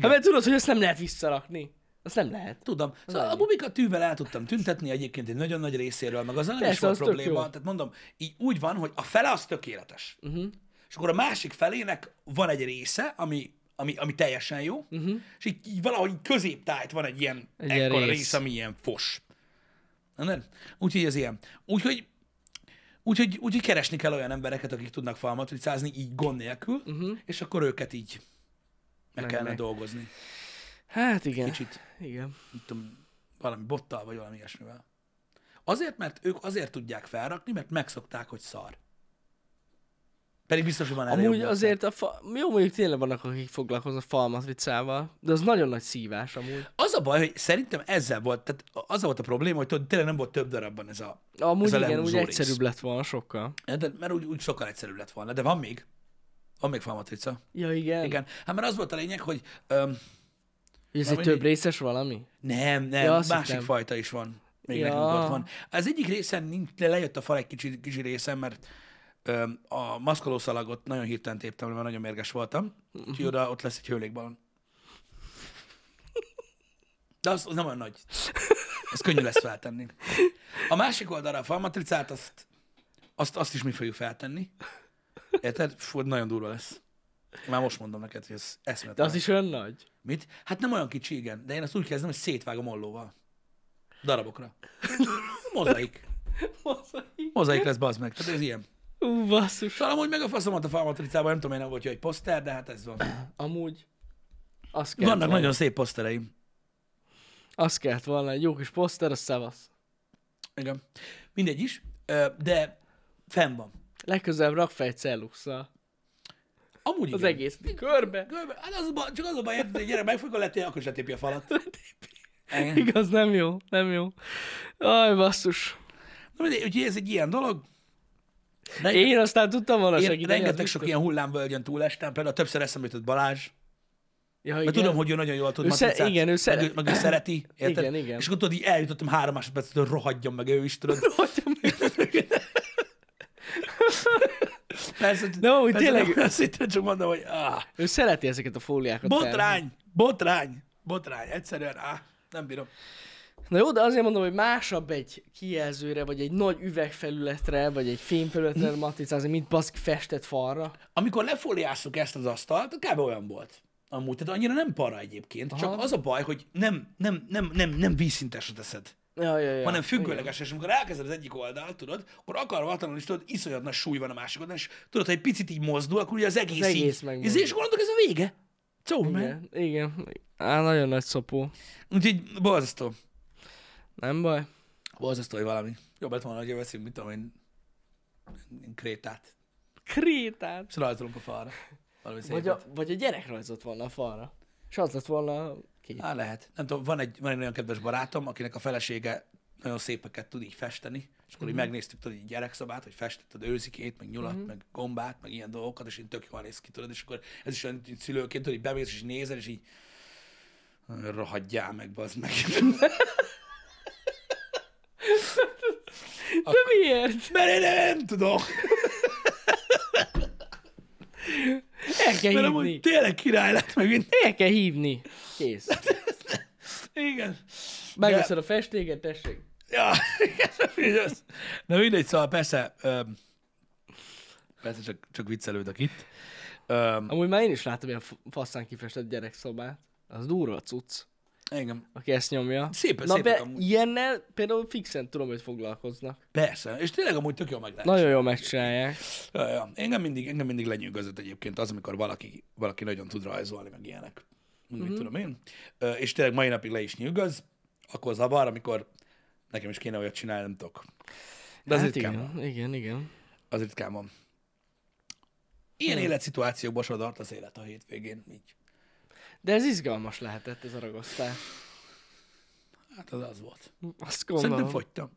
Speaker 2: Hát mert tudod, hogy ezt nem lehet visszarakni. Azt nem lehet.
Speaker 1: Tudom. Szóval a bubikat tűvel el tudtam tüntetni egyébként egy nagyon nagy részéről, meg az nem
Speaker 2: Persze,
Speaker 1: is volt
Speaker 2: az tök jó.
Speaker 1: probléma. Tehát mondom, így úgy van, hogy a fele az tökéletes.
Speaker 2: Mhm.
Speaker 1: Uh-huh. És akkor a másik felének van egy része, ami, ami, ami teljesen jó, uh-huh. és így, így valahogy így középtájt van egy ilyen
Speaker 2: Mhm. Egy
Speaker 1: egy
Speaker 2: ilyen
Speaker 1: ekkora
Speaker 2: rész.
Speaker 1: rész. rész, ami ilyen fos. Na, nem? Úgyhogy ez ilyen. Úgyhogy Úgyhogy, úgyhogy keresni kell olyan embereket, akik tudnak falmatricázni így gond nélkül, uh-huh. és akkor őket így meg
Speaker 2: Mhm. Meg-
Speaker 1: kellene
Speaker 2: meg.
Speaker 1: dolgozni.
Speaker 2: Hát igen.
Speaker 1: Kicsit
Speaker 2: Igen.
Speaker 1: mit tudom, valami bottal, vagy valami ilyesmivel. Azért, mert ők azért tudják felrakni, mert megszokták, hogy szar. Pedig biztos, hogy van erre
Speaker 2: Amúgy
Speaker 1: jobb
Speaker 2: azért a fa... Jó, mondjuk tényleg vannak, akik foglalkoznak falmatvicával, de az nagyon nagy szívás amúgy.
Speaker 1: módszer. Az a baj, hogy szerintem ezzel volt, tehát az volt a probléma, hogy tudod, tényleg nem volt több darabban ez a...
Speaker 2: Amúgy
Speaker 1: Ez a
Speaker 2: igen, úgy
Speaker 1: lehúzó rész.
Speaker 2: egyszerűbb lett volna sokkal.
Speaker 1: De, mert úgy, úgy sokkal egyszerűbb lett volna, de van még. Van még falmatrica.
Speaker 2: Ja, igen.
Speaker 1: Igen. Hát mert az volt a lényeg, hogy öm,
Speaker 2: Ez egy
Speaker 1: mindegy.
Speaker 2: több részes valami?
Speaker 1: nem, nem,
Speaker 2: Ja,
Speaker 1: ja,
Speaker 2: azt
Speaker 1: másik
Speaker 2: hittem.
Speaker 1: fajta is van. Még
Speaker 2: Ja.
Speaker 1: ja. nekünk ott van. Az egyik részen nincs, le- lejött a fal egy kicsi, kicsi részen, mert öm, a maszkolószalagot nagyon hirtelen téptem, le, mert nagyon mérges voltam. Úgyhogy oda ott lesz egy hőlékbalon. De az, az nem olyan nagy. Ez könnyű lesz feltenni. A másik oldalra a falmatricát, azt, azt, azt is mi fogjuk feltenni. Érted? Fú, nagyon durva lesz. Már most mondom neked, hogy ez
Speaker 2: De
Speaker 1: eszmetlen.
Speaker 2: az is olyan nagy?
Speaker 1: Mit? Hát nem olyan kicsi, igen, de én azt úgy kezdem, hogy szétvágom ollóval. Darabokra. Mozaik. Mozaik lesz, bazd meg. Tehát ez ilyen.
Speaker 2: Ú, basszus.
Speaker 1: Talán amúgy meg a faszomat a falmatricában, nem tudom, én nem volt jó egy poszter, de hát ez van.
Speaker 2: Amúgy. Az kellett
Speaker 1: Vannak
Speaker 2: volna.
Speaker 1: nagyon szép posztereim.
Speaker 2: Az kellett volna, egy jó kis poszter, az szevasz.
Speaker 1: Igen. Mindegy is, ö, de fenn van.
Speaker 2: Legközelebb rak fel egy celluxsal.
Speaker 1: Amúgy igen.
Speaker 2: Az egész körbe.
Speaker 1: Körbe- Hát az a baj, csak az a baj, érted, hogy gyere, megfogod, letél, akkor is letépi a falat. Igen.
Speaker 2: Igaz, nem jó, nem jó. Aj, basszus.
Speaker 1: Na, mindegy, úgyhogy ez egy ilyen dolog. Rengeteg-
Speaker 2: Én aztán tudtam volna
Speaker 1: Én
Speaker 2: segíteni. az
Speaker 1: rengeteg sok
Speaker 2: biztos.
Speaker 1: ilyen hullámvölgyön túlestem, például többször eszembe jutott Balázs,
Speaker 2: Ja,
Speaker 1: Mert
Speaker 2: igen.
Speaker 1: tudom, hogy ő nagyon jól tud
Speaker 2: Ő sze-
Speaker 1: matricát,
Speaker 2: igen, ő szeret.
Speaker 1: meg, ő- meg ő szereti, érted?
Speaker 2: Igen, igen.
Speaker 1: És akkor tudod, így eljutottam három másodpercet, hogy rohadjon meg ő is, tudod?
Speaker 2: Rohadjon
Speaker 1: persze,
Speaker 2: De amúgy
Speaker 1: persze
Speaker 2: tényleg-
Speaker 1: nem olyan szinten csak mondom, hogy ah,
Speaker 2: Ő szereti ezeket a fóliákat. termelni.
Speaker 1: botrány, botrány, botrány, egyszerűen, ah, nem bírom.
Speaker 2: Na jó, de azért mondom, hogy másabb egy kijelzőre, vagy egy nagy üvegfelületre, vagy egy fémfelületre hm. matricázni, mint baszki festett falra.
Speaker 1: Amikor lefóliáztuk ezt az asztalt, kb. olyan volt. Amúgy, tehát annyira nem para egyébként, Aha. csak az a baj, hogy nem, nem, nem, nem, nem vízszintesre teszed.
Speaker 2: Ja, ja, ja.
Speaker 1: hanem
Speaker 2: Igen.
Speaker 1: függőleges, és amikor elkezded az egyik oldalt, tudod, akkor akarvatlanul is tudod, iszonyat nagy súly van a másik oldalon, és tudod, ha egy picit így mozdul, akkor ugye az egész,
Speaker 2: Az egész
Speaker 1: így,
Speaker 2: megmozdul.
Speaker 1: és és gondolok, ez a vége. Szóval, man.
Speaker 2: Igen, igen. Á, nagyon nagy szopó.
Speaker 1: Úgyhogy borzasztó.
Speaker 2: Nem baj.
Speaker 1: Borzasztó, hogy valami. Jobb lett volna, hogy veszünk, mit tudom én, krétát,
Speaker 2: Krétát.
Speaker 1: és rajzolunk a falra. Valami szépet.
Speaker 2: Vagy a, vagy a gyerek rajzott volna a falra. És az lett volna a kép.
Speaker 1: Á, lehet. Nem tudom, van egy, van egy nagyon kedves barátom, akinek a felesége nagyon szépeket tud így festeni, és akkor így megnéztük, tudod, így gyerekszobát, hogy festett őzikét, meg nyulat, meg gombát, meg ilyen dolgokat, és így tök jól néz ki, tudod, és akkor ez is olyan így szülőként, hogy így bemész, és így nézel, és így "Hm, rohadjál meg, bazd meg.
Speaker 2: De miért?
Speaker 1: Mert én nem tudom.
Speaker 2: El kell
Speaker 1: Mert
Speaker 2: hívni.
Speaker 1: amúgy tényleg király lett megint.
Speaker 2: El kell hívni. Kész.
Speaker 1: Igen.
Speaker 2: Megveszed a festéket, tessék.
Speaker 1: Ja, igen, az. Na mindegy, szóval persze, öm, persze csak, csak viccelődök itt. Öm,
Speaker 2: Amúgy már én is láttam ilyen f- faszán kifestett gyerekszobát. Az durva cucc.
Speaker 1: Igen.
Speaker 2: aki ezt nyomja.
Speaker 1: Szépen-
Speaker 2: Na,
Speaker 1: szépek
Speaker 2: be,
Speaker 1: amúgy.
Speaker 2: ilyennel például fixen tudom, hogy foglalkoznak.
Speaker 1: Persze, és tényleg amúgy tök jól meg lehet.
Speaker 2: Nagyon jól megcsinálják.
Speaker 1: Ja, ja. Engem mindig, engem mindig lenyűgözött egyébként az, amikor valaki, valaki nagyon tud rajzolni, meg ilyenek. Mm-hmm.
Speaker 2: Mhm.
Speaker 1: Mit tudom én. Ö, És tényleg mai napig le is nyűgöz, akkor zavar, amikor nekem is kéne olyat csinálni, nem tudok. De az hát ritkán van.
Speaker 2: igen, igen, igen.
Speaker 1: Az ritkán van. Ilyen
Speaker 2: Hm.
Speaker 1: életszituációkba sodart az élet a hétvégén. Így.
Speaker 2: De ez izgalmas lehetett ez a ragosztás.
Speaker 1: Hát az az volt.
Speaker 2: Azt
Speaker 1: Szerintem
Speaker 2: gondolom.
Speaker 1: fogytam.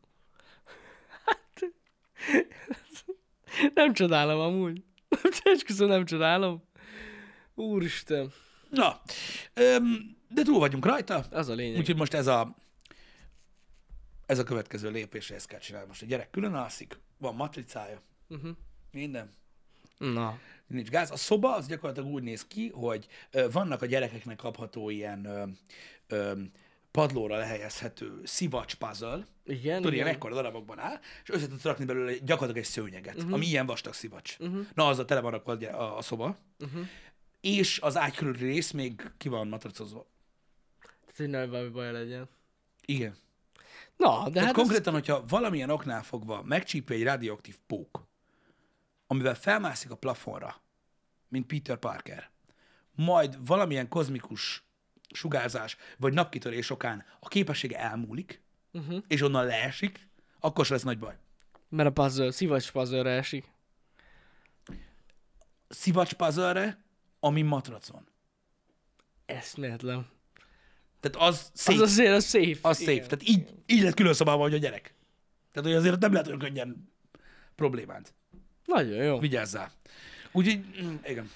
Speaker 2: Nem csodálom amúgy. Nem esküszöm, nem csodálom. Úristen,
Speaker 1: Na, öm, de túl vagyunk rajta.
Speaker 2: az a lényeg.
Speaker 1: Úgyhogy most ez a, ez a következő lépés, ezt kell csinálni. Most a gyerek külön alszik, van matricája,
Speaker 2: Uh-huh.
Speaker 1: minden,
Speaker 2: Na,
Speaker 1: nincs gáz. A szoba az gyakorlatilag úgy néz ki, hogy ö, vannak a gyerekeknek kapható ilyen ö, ö, padlóra lehelyezhető szivacs puzzle,
Speaker 2: igen.
Speaker 1: tudod, ilyen
Speaker 2: igen.
Speaker 1: ekkora darabokban áll, és össze tudsz rakni belőle gyakorlatilag egy szőnyeget, uh-huh. ami ilyen vastag szivacs. Uh-huh. Na, azzal tele van rakva a, gy- a, a szoba,
Speaker 2: Uh-huh.
Speaker 1: és az ágy körüli rész még ki van matracozva.
Speaker 2: Tehát, hogy nem valami baj legyen.
Speaker 1: Igen.
Speaker 2: Na, de
Speaker 1: Tehát
Speaker 2: hát
Speaker 1: konkrétan, hogyha valamilyen oknál fogva megcsípi egy radioaktív pók, amivel felmászik a plafonra, mint Peter Parker, majd valamilyen kozmikus sugárzás vagy napkitörés okán a képessége elmúlik, uh-huh. és onnan leesik, akkor se lesz nagy baj.
Speaker 2: Ez, mert a puzzle, szivacs puzzle esik.
Speaker 1: Szivacs puzzle ami matracon.
Speaker 2: Eszméletlen.
Speaker 1: Tehát az szép.
Speaker 2: Az azért a safe.
Speaker 1: Az szép. Tehát így, így lett külön szobában, hogy a gyerek. Tehát hogy azért nem lehet olyan könnyen problémát.
Speaker 2: Nagyon jó.
Speaker 1: Vigyázzál. Úgyhogy, mm, igen.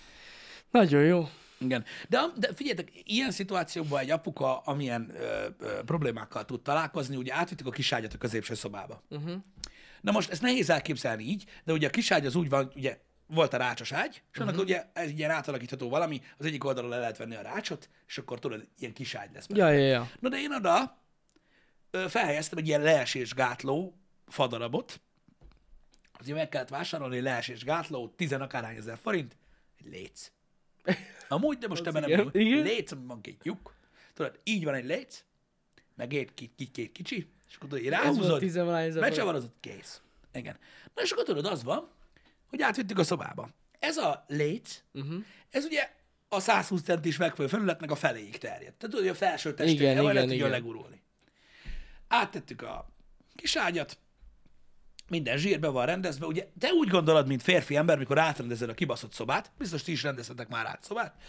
Speaker 2: Nagyon jó.
Speaker 1: Igen. De, de figyeljetek, ilyen szituációkban egy apuka, amilyen ö, ö, problémákkal tud találkozni, ugye átvittük a kiságyat a középső szobába. Uh-huh. Na most ezt nehéz elképzelni így, de ugye a kiságy az úgy van, ugye volt a rácsos ágy, és annak uh-huh. ugye ez egy ilyen átalakítható valami, az egyik oldalról le lehet venni a rácsot, és akkor tudod, ilyen kiságy lesz. belőle.
Speaker 2: Ja, ja, ja.
Speaker 1: Na de én oda ö, felhelyeztem egy ilyen leesésgátló fadarabot, azért meg kellett vásárolni egy leesésgátló, tizen akárhány ezer forint, egy léc. Amúgy, de most ebben nem
Speaker 2: igen,
Speaker 1: jut.
Speaker 2: igen.
Speaker 1: Léc, ami van két lyuk. Tudod, így van egy léc, meg két, két, két, két kicsi, és akkor tudod, így ráhúzod,
Speaker 2: tizenvalahány ezer forint.
Speaker 1: becsavarozod, kész. Igen. Na és akkor tudod, az van, hogy átvittük a szobába. Ez a léc,
Speaker 2: Mhm.
Speaker 1: uh-huh. ez ugye a 120 centis megfelelő felületnek a feléig terjed. Tehát tudod, hogy a felső
Speaker 2: Igen,
Speaker 1: testője, vagy
Speaker 2: igen,
Speaker 1: lehet tudjon
Speaker 2: igen.
Speaker 1: legurulni. Áttettük a kis ágyat, minden zsírbe van rendezve, ugye te úgy gondolod, mint férfi ember, mikor átrendezed a kibaszott szobát, biztos ti is rendeztetek már át szobát,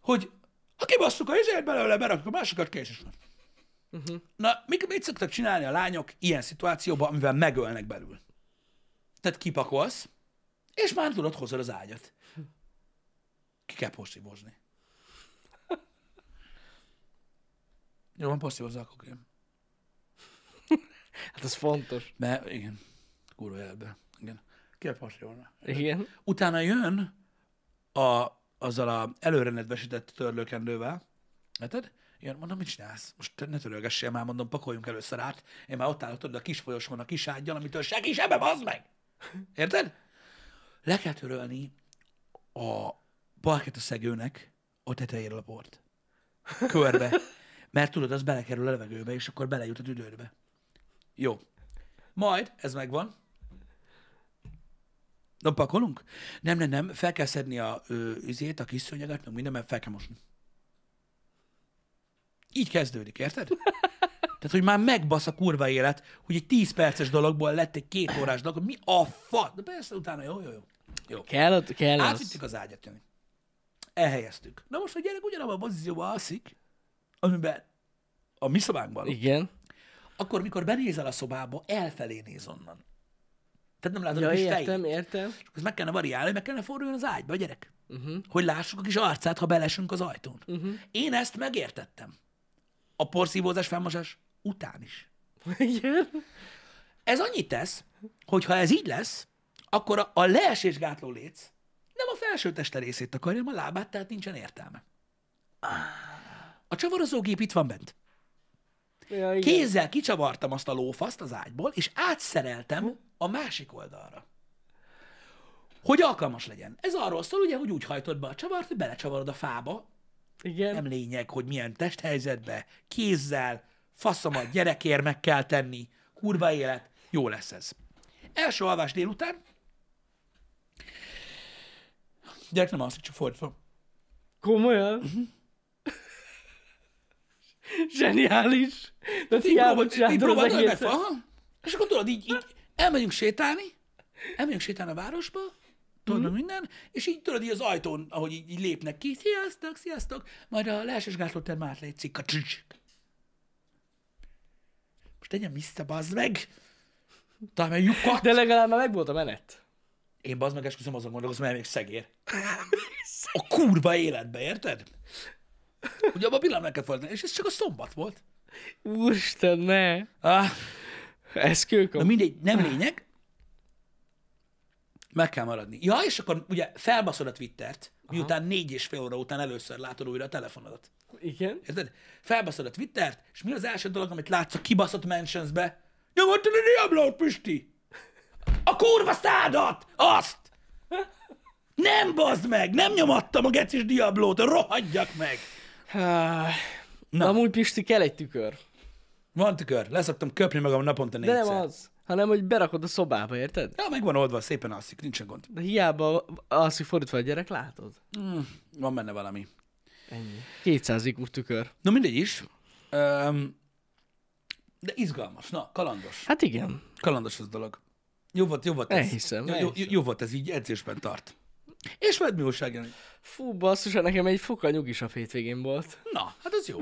Speaker 1: hogy ha kibasszuk a izért belőle, berakjuk a másikat, kész is van. Na, mit, mit szoktak csinálni a lányok ilyen szituációban, amivel megölnek belül? Tehát kipakolsz, és már tudod, hozod az ágyat. Ki kell posztívózni. Jó, van posztívózzá, akkor kérem.
Speaker 2: Hát az fontos.
Speaker 1: Mert, igen, kurva életben. Igen. Ki kell posztívózni.
Speaker 2: Igen.
Speaker 1: Utána jön a, azzal a előre nedvesített törlőkendővel, érted? Jön, mondom, mit csinálsz? Most te ne törölgessél már, mondom, pakoljunk először át. Én már ott állok, tudod, a kis folyosón, a kis ágyjal, amitől senki sem az meg. Érted? Le kell törölni a parkett a szegőnek a tetejéről a port. Körbe. Mert tudod, az belekerül a levegőbe, és akkor belejut a tüdődbe. Jó. Majd, ez megvan, nem pakolunk? Nem, nem, nem. Fel kell szedni a ö, üzét, a kis szőnyeget, meg minden, mert fel kell mosni. Így kezdődik, érted? Tehát, hogy már megbasz a kurva élet, hogy egy 10 perces dologból lett egy két órás dolog, mi a fa? De persze, utána jó, jó, jó. jó.
Speaker 2: Kell, ott- kell az.
Speaker 1: Átvittük az ágyat, Jani. Elhelyeztük. Na most a gyerek ugyanabban a pozícióban alszik, amiben a mi szobánkban
Speaker 2: Igen.
Speaker 1: akkor, mikor benézel a szobába, elfelé néz onnan. Tehát nem látod a
Speaker 2: Ja,
Speaker 1: kis
Speaker 2: értem,
Speaker 1: fejét.
Speaker 2: értem.
Speaker 1: És akkor ezt meg kellene variálni, meg kellene forduljon az ágyba a gyerek. Uh-huh. Hogy lássuk a kis arcát, ha belesünk az ajtón. Uh-huh. Én ezt megértettem. A porszívózás, felmosás után is.
Speaker 2: Igen.
Speaker 1: Ez annyit tesz, hogy ha ez így lesz, akkor a, a leesésgátló léc nem a felső teste részét akarja, hanem a lábát, tehát nincsen értelme. A csavarozógép itt van bent.
Speaker 2: Ja, igen.
Speaker 1: Kézzel kicsavartam azt a lófaszt az ágyból, és átszereltem a másik oldalra. Hogy alkalmas legyen. Ez arról szól, ugye, hogy úgy hajtod be a csavart, hogy belecsavarod a fába
Speaker 2: Igen.
Speaker 1: Nem lényeg, hogy milyen testhelyzetbe, kézzel, faszomat gyerekért meg kell tenni, kurva élet, jó lesz ez. Első alvás délután, gyerek nem alszik, csak fordítva.
Speaker 2: Komolyan? Zseniális. De ti
Speaker 1: Így
Speaker 2: hiába
Speaker 1: próbáld, így
Speaker 2: csináltad az
Speaker 1: próbáld meg
Speaker 2: egészet.
Speaker 1: megfelelni. Aha. És akkor tudod, így, így elmegyünk sétálni, elmegyünk sétálni a városba, tudod
Speaker 2: Mhm.
Speaker 1: meg minden, és így tudod, így az ajtón, ahogy így, így lépnek ki, sziasztok, sziasztok, majd a leesésgátlóterm átlégy cikka, csücs. Most tegyen vissza, bazd meg! Talán meg lyukat!
Speaker 2: De legalább már megvolt a menet.
Speaker 1: Én bazd meg esküszöm, azon gondolkozom, mert még szegér. A kurva életbe, érted? Ugye abban a pillanatban kell fordítani, és ez csak a szombat volt.
Speaker 2: Úristen, ne.
Speaker 1: Ah,
Speaker 2: Ez
Speaker 1: Na
Speaker 2: kőkom.
Speaker 1: mindegy, nem lényeg. Meg kell maradni. Ja, és akkor ugye felbaszod a Twittert, miután négy és fél óra után először látod újra a telefonodat.
Speaker 2: Igen.
Speaker 1: Érted? Felbaszod a Twittert, és mi az első dolog, amit látsz a kibaszott mentionsbe? Nyomottad a Diablót, Pisti! A kurva szádat! Azt! Nem bazd meg! Nem nyomattam a gecis Diablót! Rohadjak meg!
Speaker 2: Ah,
Speaker 1: Na.
Speaker 2: Amúgy Pisti kell egy tükör.
Speaker 1: Van tükör, leszoktam köpni magam naponta
Speaker 2: De
Speaker 1: négyszer.
Speaker 2: nem az, hanem hogy berakod a szobába, érted?
Speaker 1: Ja, meg van oldva, szépen alszik, nincsen gond.
Speaker 2: De hiába az, hogy fordítva a gyerek, látod?
Speaker 1: Van benne valami.
Speaker 2: Ennyi. 200 IQ tükör.
Speaker 1: Na mindegy is. Öm, de izgalmas, na, kalandos.
Speaker 2: Hát igen.
Speaker 1: Kalandos az dolog. Jó volt, jó volt ez.
Speaker 2: Elhiszem,
Speaker 1: jó, jó,
Speaker 2: elhiszem.
Speaker 1: jó, volt ez, így edzésben tart. És vedd mi újság, Jani?
Speaker 2: Fú, basszus, hát nekem egy fokkal nyugisabb hétvégén volt.
Speaker 1: Na, hát ez jó.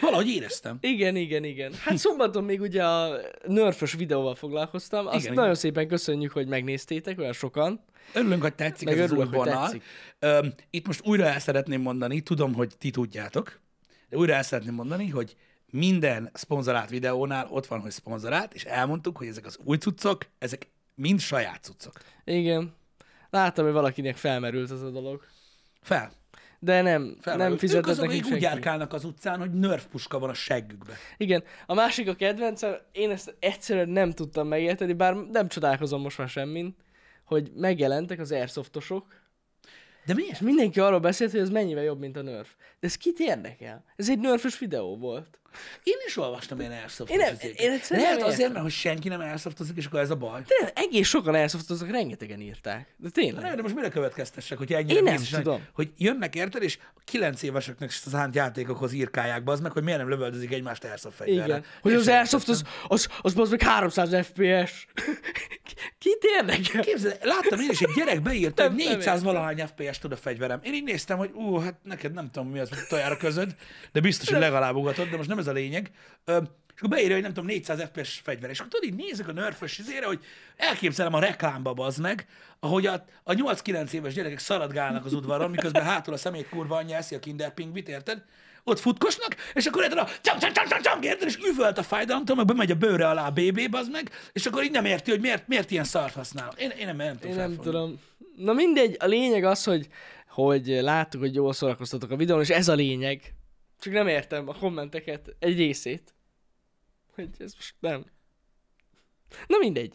Speaker 1: Valahogy éreztem.
Speaker 2: Igen, igen, igen. Hát szombaton még ugye a nörfös videóval foglalkoztam. Azt
Speaker 1: Igen,
Speaker 2: igen,
Speaker 1: igen.
Speaker 2: nagyon igen. szépen köszönjük, hogy megnéztétek, olyan sokan.
Speaker 1: Örülünk, hogy tetszik
Speaker 2: Meg
Speaker 1: ez
Speaker 2: örülök,
Speaker 1: az
Speaker 2: hogy
Speaker 1: új vonal.
Speaker 2: tetszik.
Speaker 1: Öm, Itt most újra el szeretném mondani, tudom, hogy ti tudjátok, de újra el szeretném mondani, hogy minden szponzorált videónál ott van, hogy szponzorált, és elmondtuk, hogy ezek az új cuccok, ezek mind saját cuccok.
Speaker 2: Igen. Láttam, hogy valakinek felmerült ez a dolog.
Speaker 1: Fel.
Speaker 2: De nem,
Speaker 1: Felmerült.
Speaker 2: nem fizetett
Speaker 1: Ők azok,
Speaker 2: nekik
Speaker 1: akik úgy
Speaker 2: senki.
Speaker 1: járkálnak az utcán, hogy nerf puska van a seggükbe.
Speaker 2: Igen, a másik a kedvencem, én ezt egyszerűen nem tudtam megérteni, bár nem csodálkozom most már semmin, hogy megjelentek az airsoftosok,
Speaker 1: De miért?
Speaker 2: és mindenki arról beszélt, hogy ez mennyivel jobb, mint a nerf. De ez kit érdekel? Ez egy nerfös videó volt.
Speaker 1: Én is olvastam ilyen airsoft
Speaker 2: Én nem- én
Speaker 1: közéket.
Speaker 2: egyszerűen
Speaker 1: Lehet
Speaker 2: nem
Speaker 1: azért,
Speaker 2: értem.
Speaker 1: mert hogy senki nem airsoftozik, és akkor ez a baj.
Speaker 2: De egész sokan airsoftoznak, rengetegen írták. De tényleg.
Speaker 1: Nem, de most mire következtessek, hogy ennyire
Speaker 2: Én nem
Speaker 1: biztosan,
Speaker 2: tudom.
Speaker 1: hogy jönnek érted, és a kilenc éveseknek szánt játékokhoz írkálják be, az meg, hogy miért nem lövöldözik egymást airsoft fegyverrel.
Speaker 2: Igen.
Speaker 1: Én
Speaker 2: Hogy az
Speaker 1: sem
Speaker 2: airsoft
Speaker 1: értettem.
Speaker 2: az, az, az, az meg 300 FPS. Kit érdekel?
Speaker 1: Képzeld, láttam én is, egy gyerek beírta, hogy
Speaker 2: Nem, nem
Speaker 1: 400 valahány FPS tud a fegyverem. Én így néztem, hogy ú, hát neked nem tudom, mi az a tajára közöd, de biztos, hogy legalább ugatod, de most nem ez a lényeg. Ö, és akkor beírja, hogy nem tudom, 400 FPS fegyver. És akkor tudod, így nézek a nerfös izére, hogy elképzelem a reklámba, bazd meg, ahogy a, a 8-9 éves gyerekek szaladgálnak az udvaron, miközben hátul a szemét kurva anyja eszi a kinder pingvit, érted? Ott futkosnak, és akkor érted a csam, csam, csam, csam, csam, érted, és üvölt a fájdalomtól, meg bemegy a bőre alá a BB, bazd meg, és akkor így nem érti, hogy miért, miért ilyen szart használ. Én, én nem, nem tudom
Speaker 2: Én nem
Speaker 1: felfogni.
Speaker 2: tudom. Na mindegy, a lényeg az, hogy, hogy láttuk, hogy jól szórakoztatok a videón, és ez a lényeg. Csak nem értem a kommenteket egy részét. Hogy ez most nem. Na mindegy.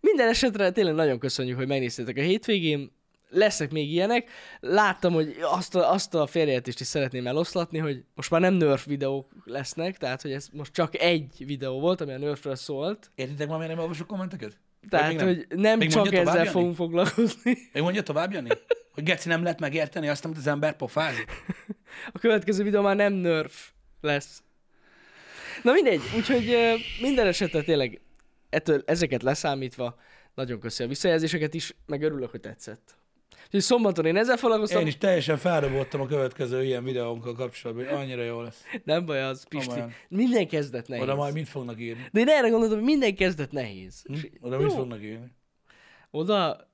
Speaker 2: Minden esetre tényleg nagyon köszönjük, hogy megnéztétek a hétvégén. Lesznek még ilyenek. Láttam, hogy azt a, azt a félreértést is szeretném eloszlatni, hogy most már nem nerf videók lesznek, tehát hogy ez most csak egy videó volt, ami a nerfről szólt.
Speaker 1: Értitek már, miért nem olvasok kommenteket? Vagy
Speaker 2: Tehát,
Speaker 1: még
Speaker 2: hogy nem
Speaker 1: Még
Speaker 2: csak
Speaker 1: mondja tovább,
Speaker 2: ezzel
Speaker 1: Jani?
Speaker 2: fogunk foglalkozni.
Speaker 1: Még mondja tovább, Jani? Hogy Geci nem lehet megérteni azt, amit az ember pofázik?
Speaker 2: A következő videó már nem nerf lesz. Na mindegy, úgyhogy ö, minden esetre tényleg ettől, ezeket leszámítva nagyon köszi a visszajelzéseket is, meg örülök, hogy tetszett. Úgyhogy szombaton én ezzel foglalkoztam,
Speaker 1: Én is teljesen felrobottam a következő ilyen videónkkal kapcsolatban, hogy annyira jó lesz.
Speaker 2: nem baj az, Pisti.
Speaker 1: Komolyan.
Speaker 2: Minden kezdet nehéz.
Speaker 1: Oda majd mit fognak írni?
Speaker 2: De én erre gondoltam, hogy minden kezdet nehéz.
Speaker 1: Hm?
Speaker 2: És
Speaker 1: Oda mit
Speaker 2: jó,
Speaker 1: fognak írni?
Speaker 2: Oda,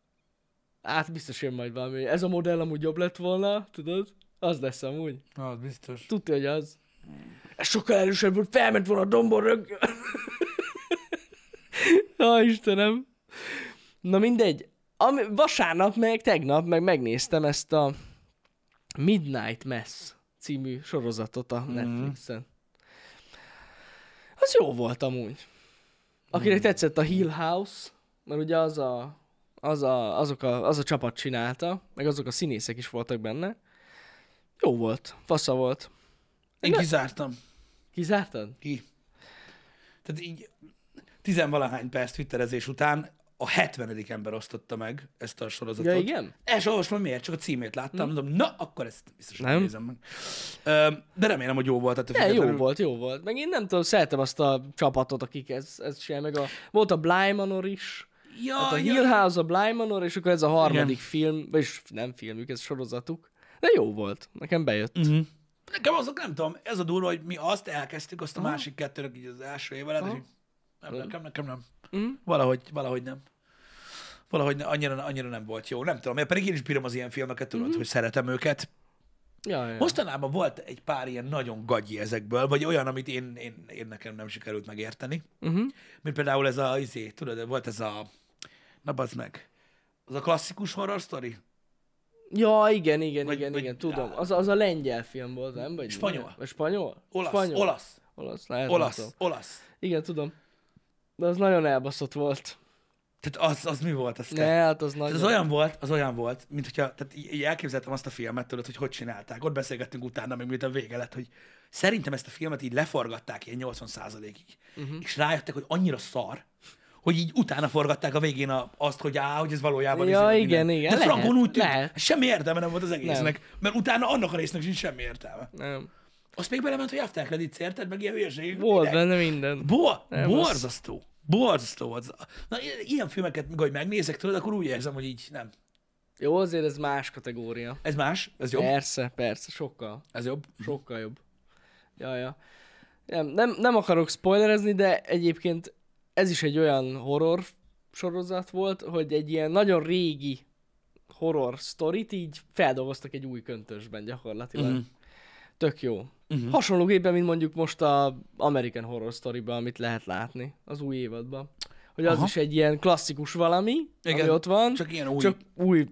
Speaker 2: át biztos jön majd valami. Ez a modell amúgy jobb lett volna, tudod? Az lesz amúgy.
Speaker 1: Na, az biztos.
Speaker 2: Tudja, hogy az. Ez sokkal erősebb volt, felment volna a dombon rög... Ja, Istenem. Na mindegy. Ami, vasárnap, meg tegnap, meg megnéztem ezt a Midnight Mass című sorozatot a Netflixen. Az jó volt amúgy. Akinek tetszett a Hill House, mert ugye az a, az a, azok a, az a csapat csinálta, meg azok a színészek is voltak benne. Jó volt, fasza volt.
Speaker 1: Én
Speaker 2: Ne-
Speaker 1: kizártam.
Speaker 2: Kizártad?
Speaker 1: Ki. Tehát így tizenvalahány perc twitterezés után a 70. ember osztotta meg ezt a sorozatot.
Speaker 2: Ja, igen?
Speaker 1: El sem olvasom, hogy miért, csak a címét láttam, mondom, na, akkor ezt biztos Hm. nem
Speaker 2: Nem?
Speaker 1: nézem meg. Ö, De remélem, hogy jó volt. hát Tehát
Speaker 2: De jó volt, jó volt. Meg én nem tudom, szeretem azt a csapatot, akik ez, ez csinál, meg a, volt a Blymanor is,
Speaker 1: Ja,
Speaker 2: hát a
Speaker 1: ja,
Speaker 2: Hill House, a Blymanor, és akkor ez a harmadik
Speaker 1: Ah, Igen.
Speaker 2: film, vagyis nem filmjük, ez sorozatuk. De jó volt, nekem bejött.
Speaker 1: Mm. Nekem azok nem tudom, ez a durva, hogy mi azt elkezdtük, azt a másik kettőnek így az első évelet, és így, nem, nekem, nekem nem.
Speaker 2: Mhm.
Speaker 1: Valahogy, valahogy nem. Valahogy ne, annyira, annyira nem volt jó. Nem tudom, mert pedig én is bírom az ilyen filmeket, tudod, hogy szeretem őket.
Speaker 2: Mhm. Ja, ja.
Speaker 1: Mostanában volt egy pár ilyen nagyon gagyi ezekből, vagy olyan, amit én, én, én nekem nem sikerült megérteni.
Speaker 2: Uh-huh.
Speaker 1: Mint például ez a, izé, tudod, volt ez a, na bazd meg, az a klasszikus horror story?
Speaker 2: ja igen, igen,
Speaker 1: Vagy-
Speaker 2: igen,
Speaker 1: vagy-
Speaker 2: igen, tudom. Az, az a lengyel film volt, nem? Vagy
Speaker 1: Spanyol.
Speaker 2: Vagy spanyol?
Speaker 1: Olasz,
Speaker 2: spanyol.
Speaker 1: olasz,
Speaker 2: Olasz, lehet, nem
Speaker 1: olasz,
Speaker 2: tudom.
Speaker 1: olasz.
Speaker 2: Igen, tudom. De az nagyon elbaszott volt.
Speaker 1: Tehát az, az mi volt? Azt
Speaker 2: Ne, hát az
Speaker 1: Ez
Speaker 2: nagyon...
Speaker 1: az olyan volt, az olyan volt, mint hogyha, tehát így, így elképzeltem azt a filmet tőled, hogy hogy csinálták. Ott beszélgettünk utána, még miután vége lett, hogy szerintem ezt a filmet így leforgatták ilyen 80%-ig.
Speaker 2: Mhm.
Speaker 1: Uh-huh. És rájöttek, hogy annyira szar, hogy így utána forgatták a végén a, azt, hogy á, hogy ez valójában
Speaker 2: Ja,
Speaker 1: izé,
Speaker 2: igen,
Speaker 1: minden.
Speaker 2: igen,
Speaker 1: De
Speaker 2: lehet,
Speaker 1: Frankon úgy tűnt,
Speaker 2: lehet.
Speaker 1: semmi értelme nem volt az egésznek, nem. mert utána annak a résznek sincs semmi értelme.
Speaker 2: Nem.
Speaker 1: Azt még belement, hogy after credits érted, meg ilyen hülyeségek.
Speaker 2: Volt
Speaker 1: Minek?
Speaker 2: benne minden.
Speaker 1: Bo-
Speaker 2: Nem,
Speaker 1: borzasztó. Borzasztó volt. Na, i- ilyen filmeket, mikor hogy megnézek tőled, akkor úgy érzem, hogy így nem.
Speaker 2: Jó, azért ez más kategória.
Speaker 1: Ez más, ez jobb.
Speaker 2: Persze, persze, sokkal,
Speaker 1: Ez jobb.
Speaker 2: sokkal jobb. Ja, ja. Nem, nem, nem akarok spoilerezni, de egyébként ez is egy olyan horror sorozat volt, hogy egy ilyen nagyon régi horror sztorit így feldolgoztak egy új köntösben gyakorlatilag.
Speaker 1: Mhm.
Speaker 2: Tök jó. Uh-huh. Hasonlóképpen, mint mondjuk most a American Horror Story-ban, amit lehet látni az új évadban. Hogy az
Speaker 1: Aha.
Speaker 2: Aha. is egy ilyen klasszikus valami, Igen.
Speaker 1: Igen,
Speaker 2: ami ott van,
Speaker 1: Csak ilyen új.
Speaker 2: Csak új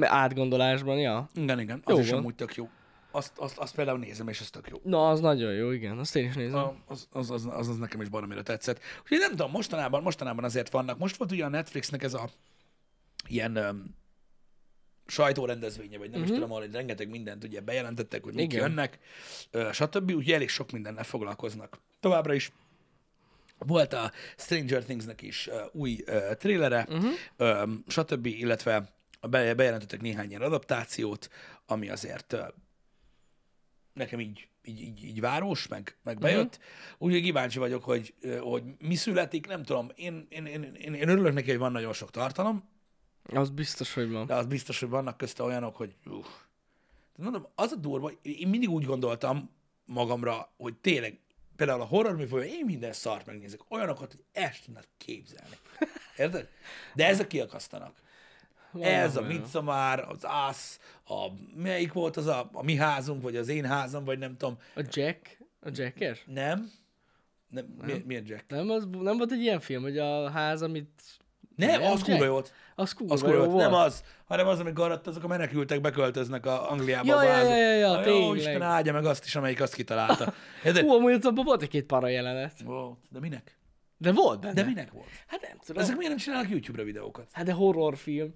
Speaker 2: átgondolásban, ja.
Speaker 1: Igen, igen. Az
Speaker 2: Jó
Speaker 1: is
Speaker 2: van.
Speaker 1: amúgy tök jó. Azt, azt, azt például nézem, és az tök jó.
Speaker 2: Na, az nagyon jó, igen, azt én is nézem.
Speaker 1: A- Az, az, az, az, az nekem is baromira tetszett. Úgyhogy nem tudom, mostanában, mostanában azért vannak. Most volt ugye a Netflixnek ez a ilyen um, sajtórendezvénye, vagy nem mm-hmm. is tudom, ahol egy rengeteg mindent ugye bejelentettek, hogy mik
Speaker 2: Igen.
Speaker 1: jönnek, ö, stb. Úgyhogy elég sok mindennel foglalkoznak. Továbbra is volt a Stranger Thingsnek is ö, új uh, trélere, uh-huh. stb., illetve be- bejelentettek néhány ilyen adaptációt, ami azért ö, nekem így, így, így, így város, meg, meg bejött. Uh-huh. Úgyhogy kíváncsi vagyok, hogy, ö, hogy mi születik, nem tudom, én, én, én, én, én örülök neki, hogy van nagyon sok tartalom,
Speaker 2: Az biztos, hogy van.
Speaker 1: de az biztos, hogy vannak közte olyanok, hogy uff. Tehát mondom, az a durva, én mindig úgy gondoltam magamra, hogy tényleg, például a horror műfajban én minden szart megnézek, olyanokat, hogy el sem tudnád képzelni. Érted? De ezek kiakasztanak. Ez a
Speaker 2: olyan.
Speaker 1: Midsommar, az Ász, a melyik volt az a, a mi házunk, vagy az én házam, vagy nem tudom.
Speaker 2: A Jack? A Jacker?
Speaker 1: Nem? Nem, nem. Mi, miért Jack?
Speaker 2: Nem, az, nem volt egy ilyen film, hogy a ház, amit...
Speaker 1: Nem,
Speaker 2: Nem,
Speaker 1: nem az
Speaker 2: Jack.
Speaker 1: kurva jó volt.
Speaker 2: Az kurva,
Speaker 1: Az kurva
Speaker 2: jó
Speaker 1: volt.
Speaker 2: volt.
Speaker 1: Nem az, hanem az, amikor ott azok a menekültek beköltöznek a Angliába.
Speaker 2: Ja,
Speaker 1: a
Speaker 2: ja,
Speaker 1: vázok.
Speaker 2: ja, ja, ja,
Speaker 1: Na, Jó,
Speaker 2: tényleg.
Speaker 1: Isten áldja meg azt is, amelyik azt kitalálta. Érted?
Speaker 2: Hú, amúgy ott abban volt egy két para jelenet.
Speaker 1: Ó, de minek?
Speaker 2: De volt benne.
Speaker 1: De minek volt?
Speaker 2: Hát nem tudom.
Speaker 1: Ezek miért nem csinálnak YouTube-ra videókat? Hát
Speaker 2: Hát de horrorfilm.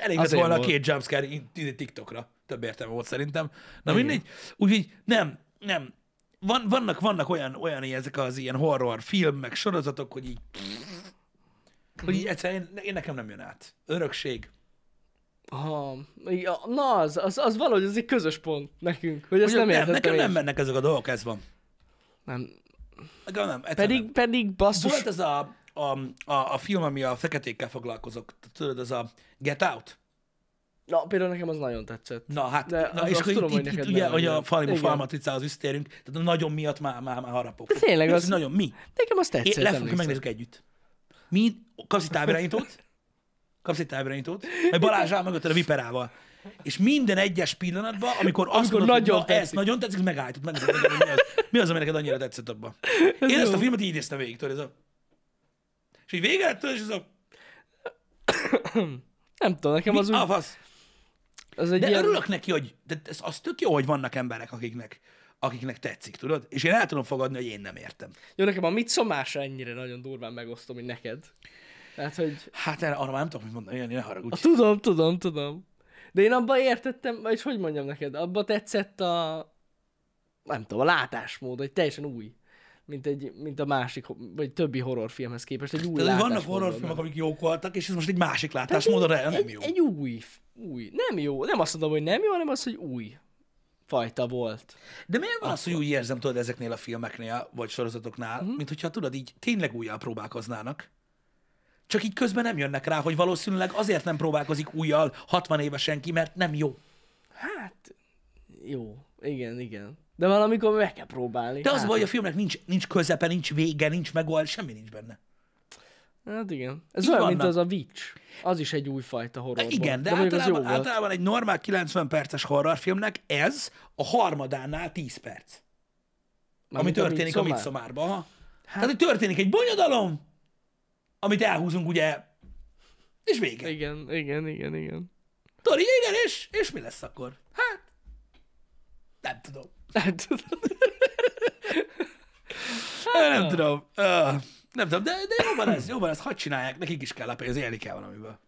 Speaker 1: Elég lett
Speaker 2: Azért
Speaker 1: volna a
Speaker 2: volt.
Speaker 1: két jumpscare in- ide TikTokra. Több értelme volt szerintem. Na mindegy. Úgyhogy nem, nem. Van, vannak, vannak olyan, olyan ilyen- ezek az ilyen horror film, meg sorozatok, hogy így, hogy így egyszerűen én, én, nekem nem jön át. Örökség.
Speaker 2: Aha. Ja, na, az, az, az valahogy az egy közös pont nekünk, hogy ezt
Speaker 1: Hogy
Speaker 2: nem,
Speaker 1: nem
Speaker 2: értettem
Speaker 1: nekem
Speaker 2: én
Speaker 1: nem
Speaker 2: sem.
Speaker 1: mennek ezek a dolgok, ez van.
Speaker 2: nem.
Speaker 1: Nekem nem, egyszerűen nem.
Speaker 2: Pedig, pedig basszus...
Speaker 1: Volt Szóval ez a, a, a, a film, ami a feketékkel foglalkozok, tudod, ez a Get Out?
Speaker 2: Na, például nekem az nagyon tetszett.
Speaker 1: Na hát,
Speaker 2: De
Speaker 1: na,
Speaker 2: az-
Speaker 1: és
Speaker 2: azt
Speaker 1: akkor
Speaker 2: tudom,
Speaker 1: itt,
Speaker 2: hogy
Speaker 1: itt, itt
Speaker 2: neked
Speaker 1: ugye,
Speaker 2: benne
Speaker 1: hogy a
Speaker 2: van.
Speaker 1: falmi
Speaker 2: Igen.
Speaker 1: falmatricához visszatérünk, tehát a nagyon miatt már, már, már harapok.
Speaker 2: De tényleg
Speaker 1: Mi
Speaker 2: az-
Speaker 1: hogy Nagyon, mi?
Speaker 2: Nekem az tetszett.
Speaker 1: Én, le fogjuk,
Speaker 2: emlékszem.
Speaker 1: megnézzük együtt. Mi? Kapsz egy távirányítót? Kapsz egy távirányítót? Majd Balázs áll mögötted a viperával. És minden egyes pillanatban, amikor, azt
Speaker 2: Amikor
Speaker 1: mondod,
Speaker 2: nagyon
Speaker 1: hogy na, ez
Speaker 2: tetszik.
Speaker 1: nagyon tetszik, megállítod, meg hogy mi az, mi az, ami neked annyira tetszett abban. Én
Speaker 2: jó.
Speaker 1: ezt a filmet így néztem végig, tudod, ez a... És így vége lett, tudod, és ez a...
Speaker 2: Nem tudom, nekem az
Speaker 1: Mi?
Speaker 2: úgy...
Speaker 1: Ah, fasz.
Speaker 2: Az egy
Speaker 1: De
Speaker 2: ilyen...
Speaker 1: örülök neki, hogy de ez, az tök jó, hogy vannak emberek, akiknek, akiknek tetszik, tudod? És én el tudom fogadni, hogy én nem értem.
Speaker 2: Jó, nekem a mit szomásra ennyire nagyon durván megosztom, mint neked. Tehát, hogy...
Speaker 1: Hát erre, arra már nem tudok mit mondani, Jani, ne haragudj.
Speaker 2: A, tudom, tudom, tudom. De én abba értettem, vagy hogy mondjam neked, abba tetszett a, nem tudom, a látásmód, hogy teljesen új. Mint, egy, mint a másik, vagy többi horrorfilmhez képest, egy új
Speaker 1: Tehát, hogy vannak
Speaker 2: látásmódban.
Speaker 1: horrorfilmek, amik jók voltak, és ez most egy másik látásmódra el nem
Speaker 2: egy,
Speaker 1: jó.
Speaker 2: egy új, f- új, nem jó, nem azt mondom, hogy nem jó, hanem az, hogy új fajta volt.
Speaker 1: De miért van az, hogy úgy érzem, tudod, ezeknél a filmeknél, vagy sorozatoknál, uh-huh. mint hogyha tudod, így tényleg újjal próbálkoznának, csak így közben nem jönnek rá, hogy valószínűleg azért nem próbálkozik újjal 60 évesen ki, mert nem jó.
Speaker 2: Hát, jó, igen, igen. De valamikor meg kell próbálni.
Speaker 1: De az
Speaker 2: hát,
Speaker 1: baj, hogy a filmnek nincs, nincs közepe, nincs vége, nincs megold, semmi nincs benne.
Speaker 2: Hát igen. Ez
Speaker 1: Így
Speaker 2: olyan, mint
Speaker 1: vannak.
Speaker 2: az a Witch. Az is egy újfajta horror.
Speaker 1: Igen, de, de
Speaker 2: mondjuk az jó
Speaker 1: általában,
Speaker 2: volt.
Speaker 1: általában egy normál 90 perces horrorfilmnek ez a harmadánál 10 perc, ami
Speaker 2: Mármint a
Speaker 1: történik a
Speaker 2: Midsommar?
Speaker 1: Midsommárban. Hát... Tehát, hogy történik egy bonyodalom, amit elhúzunk, ugye, és vége.
Speaker 2: Igen, igen, igen, igen.
Speaker 1: Tori, igen, és, és mi lesz akkor? Hát, nem tudom.
Speaker 2: Hát, tudod, Hát
Speaker 1: Nem tudom. Ö, nem tudom, de, de jóban ez, jóban ez, hadd csinálják, nekik is kell a pénz, élni kell valamiből.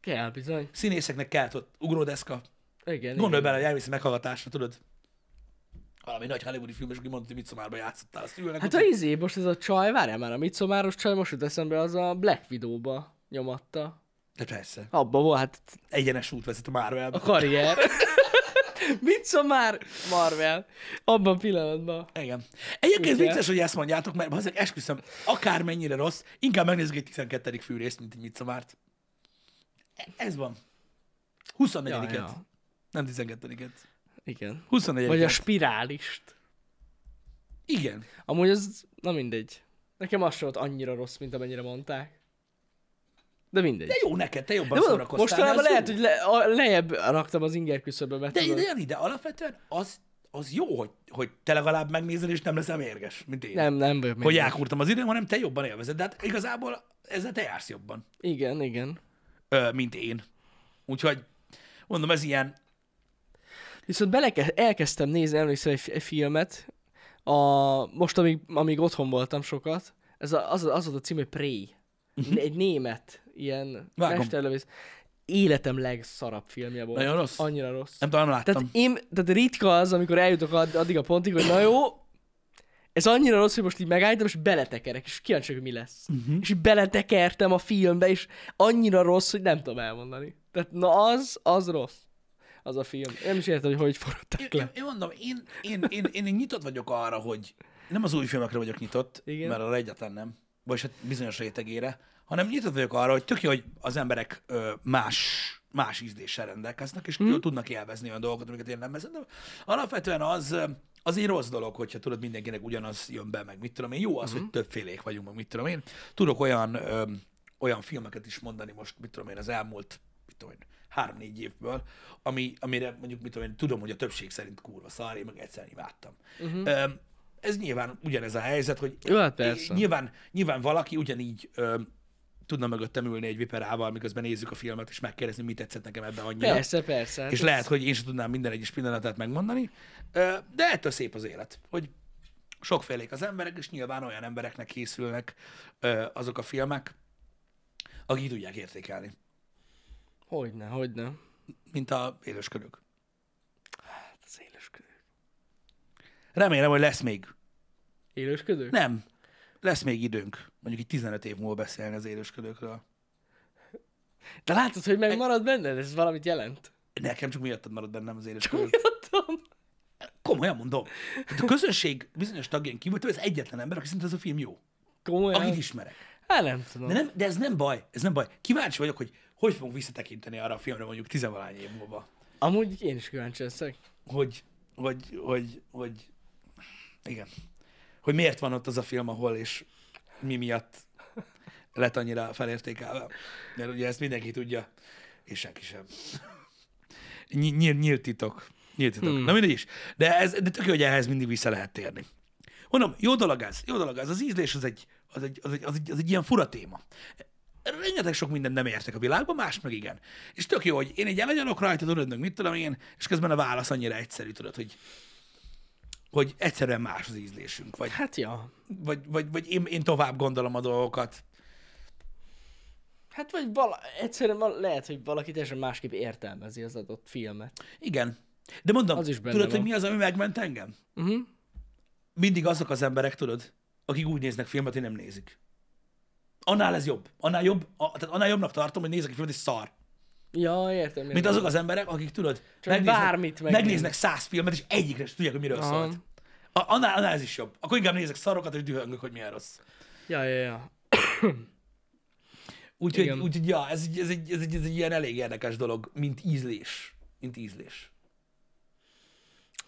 Speaker 2: kell bizony.
Speaker 1: Színészeknek kell, tudod, ugródeszka.
Speaker 2: Igen,
Speaker 1: Gondolj
Speaker 2: igen.
Speaker 1: bele, hogy elmész egy meghallgatásra, tudod, valami nagy hollywoodi filmes, aki mondta, hogy mit szomárba játszottál, azt ülnek.
Speaker 2: Hát
Speaker 1: ott,
Speaker 2: a izé, most ez a csaj, várjál már, a micomáros csaj, most jut eszembe, az a Black Widow-ba nyomatta.
Speaker 1: De persze.
Speaker 2: Abba volt, hát
Speaker 1: Egyenes út vezet a Marvelbe.
Speaker 2: a karrier. Micomár Marvel. Abban a pillanatban.
Speaker 1: Igen. Egyébként
Speaker 2: Igen.
Speaker 1: vicces, hogy ezt mondjátok, mert azért esküszöm, akármennyire rossz, inkább megnézzük egy 12. fűrészt, mint egy Midszomárt. Ez van. 24-et.
Speaker 2: Ja, ja.
Speaker 1: Nem 12-et.
Speaker 2: Igen.
Speaker 1: 24
Speaker 2: Vagy a spirálist.
Speaker 1: Igen.
Speaker 2: Amúgy az, na mindegy. Nekem az se volt annyira rossz, mint amennyire mondták. De mindegy.
Speaker 1: De jó neked, te jobban
Speaker 2: De mondom,
Speaker 1: szórakoztál.
Speaker 2: mostanában
Speaker 1: ez
Speaker 2: lehet,
Speaker 1: jó.
Speaker 2: hogy le, a, lejjebb raktam az inger küszöbömet.
Speaker 1: De
Speaker 2: tudod.
Speaker 1: ide, ide, alapvetően az, az jó, hogy, hogy te legalább megnézed, és nem leszel mérges, mint én.
Speaker 2: Nem, nem vagyok
Speaker 1: Hogy
Speaker 2: még.
Speaker 1: elkúrtam az időm, hanem te jobban élvezed. De hát igazából ezzel te jársz jobban,
Speaker 2: Igen, igen.
Speaker 1: ö, mint én. Úgyhogy mondom, ez ilyen,
Speaker 2: Viszont bele elkezdtem nézni, emlékszel egy, fi- egy filmet, a, most amíg, amíg otthon voltam sokat, ez a, az, az volt a cím, hogy Prey. Egy német, ilyen
Speaker 1: Mhm. Vágom.
Speaker 2: mesterlövész. Életem legszarabb filmje volt.
Speaker 1: Nagyon rossz?
Speaker 2: Annyira rossz.
Speaker 1: nem tudom, nem láttam.
Speaker 2: Tehát, én, tehát ritka az, amikor eljutok add- addig a pontig, hogy na jó, ez annyira rossz, hogy most így megállítom, és beletekerek, és kíváncsi vagyok, hogy mi lesz.
Speaker 1: Mhm.
Speaker 2: Uh-huh. És így beletekertem a filmbe, és annyira rossz, hogy nem tudom elmondani. Tehát na az, az rossz. Az a film. Én nem is értem, hogy hogy forradtak
Speaker 1: Én,
Speaker 2: le.
Speaker 1: én mondom, én, én, én, én, én nyitott vagyok arra, hogy nem az új filmekre vagyok nyitott, Igen.
Speaker 2: Igen.
Speaker 1: mert arra egyáltalán nem, vagyis hát bizonyos rétegére, hanem nyitott vagyok arra, hogy tök jó, hogy az emberek ö, más, más ízléssel rendelkeznek, és hmm. tudnak élvezni olyan dolgokat, amiket én nem vezet. De alapvetően az, ö, az egy rossz dolog, hogyha tudod, mindenkinek ugyanaz jön be, meg mit tudom én. Jó az, hogy többfélék vagyunk, meg mit tudom én. Tudok olyan, ö, olyan filmeket is mondani most, mit tudom én, az elmúlt, mit tudom én, három-négy évből, ami, amire mondjuk, mit tudom én, tudom, hogy a többség szerint kurva szar, én meg egyszer imádtam. Uh-huh. Ez nyilván ugyanez a helyzet, hogy
Speaker 2: Jó, hát persze.
Speaker 1: nyilván, nyilván valaki ugyanígy ö, tudna mögöttem ülni egy viperával, miközben nézzük a filmet, és megkérdezni, mit tetszett nekem ebben annyira.
Speaker 2: Persze, persze. Hát
Speaker 1: És
Speaker 2: ez-
Speaker 1: lehet, hogy én sem tudnám minden egyes pillanatát megmondani, ö, de ettől szép az élet, hogy sokfélék az emberek, és nyilván olyan embereknek készülnek ö, azok a filmek, akik tudják értékelni,
Speaker 2: Hogyne, hogyne. Hát
Speaker 1: mint a élősködők.
Speaker 2: az élősködő.
Speaker 1: Remélem, hogy lesz még.
Speaker 2: Élősködő?
Speaker 1: Nem. Lesz még időnk, mondjuk így 15 év múlva beszélni az élősködőkről.
Speaker 2: De látod, hogy megmarad benned? Ez valamit jelent.
Speaker 1: Nekem csak miattad marad bennem az élősködők.
Speaker 2: Tudom.
Speaker 1: Komolyan mondom. Hát a közönség bizonyos tagján kívül, te vagy az egyetlen ember, aki szerint ez a film jó.
Speaker 2: Komolyan.
Speaker 1: Akit ismerek.
Speaker 2: Hát nem tudom.
Speaker 1: De, nem, de ez nem baj, ez nem baj. Kíváncsi vagyok, hogy hogy fogunk visszatekinteni arra a filmre mondjuk tizenvalány év múlva.
Speaker 2: Amúgy én is kíváncsi leszek.
Speaker 1: Hogy, hogy, hogy, hogy, igen. Hogy miért van ott az a film, ahol és mi miatt lett annyira felértékelve. Mert ugye ezt mindenki tudja, és senki sem. Ny- nyílt, nyílt titok. Nyílt titok. Hmm. Na mindegy is. De, ez, de tök jó, hogy ehhez mindig vissza lehet térni. Mondom, jó dolog ez, jó dolog ez. Az ízlés az egy, az egy, az egy, az egy, az egy ilyen fura téma. Rengeteg sok mindent nem értek a világban, más meg igen. És tök jó, hogy én egy elegyalok rajta, tudod, meg mit tudom én, és közben a válasz annyira egyszerű, tudod, hogy, hogy egyszerűen más az ízlésünk, vagy,
Speaker 2: Hát ja.
Speaker 1: vagy, vagy, vagy én, én tovább gondolom a dolgokat.
Speaker 2: Hát vagy vala, egyszerűen val- lehet, hogy valaki teljesen másképp értelmezi az adott filmet.
Speaker 1: Igen. De mondom,
Speaker 2: Az is benne
Speaker 1: tudod,
Speaker 2: van.
Speaker 1: hogy mi az, ami megment engem?
Speaker 2: Uh-huh.
Speaker 1: Mindig azok az emberek, tudod, akik úgy néznek filmet, hogy nem nézik. Annál ez jobb. Annál jobb, a, tehát annál jobbnak tartom, hogy nézek egy filmet, és szar.
Speaker 2: Ja, értem. értem.
Speaker 1: Mint azok az emberek, akik tudod,
Speaker 2: bármit megnéz-
Speaker 1: megnéznek száz filmet, és egyikre sem tudják, hogy miről
Speaker 2: Aha.
Speaker 1: szólt. A, annál, annál ez is jobb. Akkor inkább nézek szarokat, és dühöngök, hogy milyen rossz.
Speaker 2: Ja, ja, ja.
Speaker 1: Úgyhogy,
Speaker 2: Igen.
Speaker 1: úgyhogy ja, ez, egy- ez, egy, ez, egy, ez egy ilyen elég érdekes dolog, mint ízlés. Mint ízlés.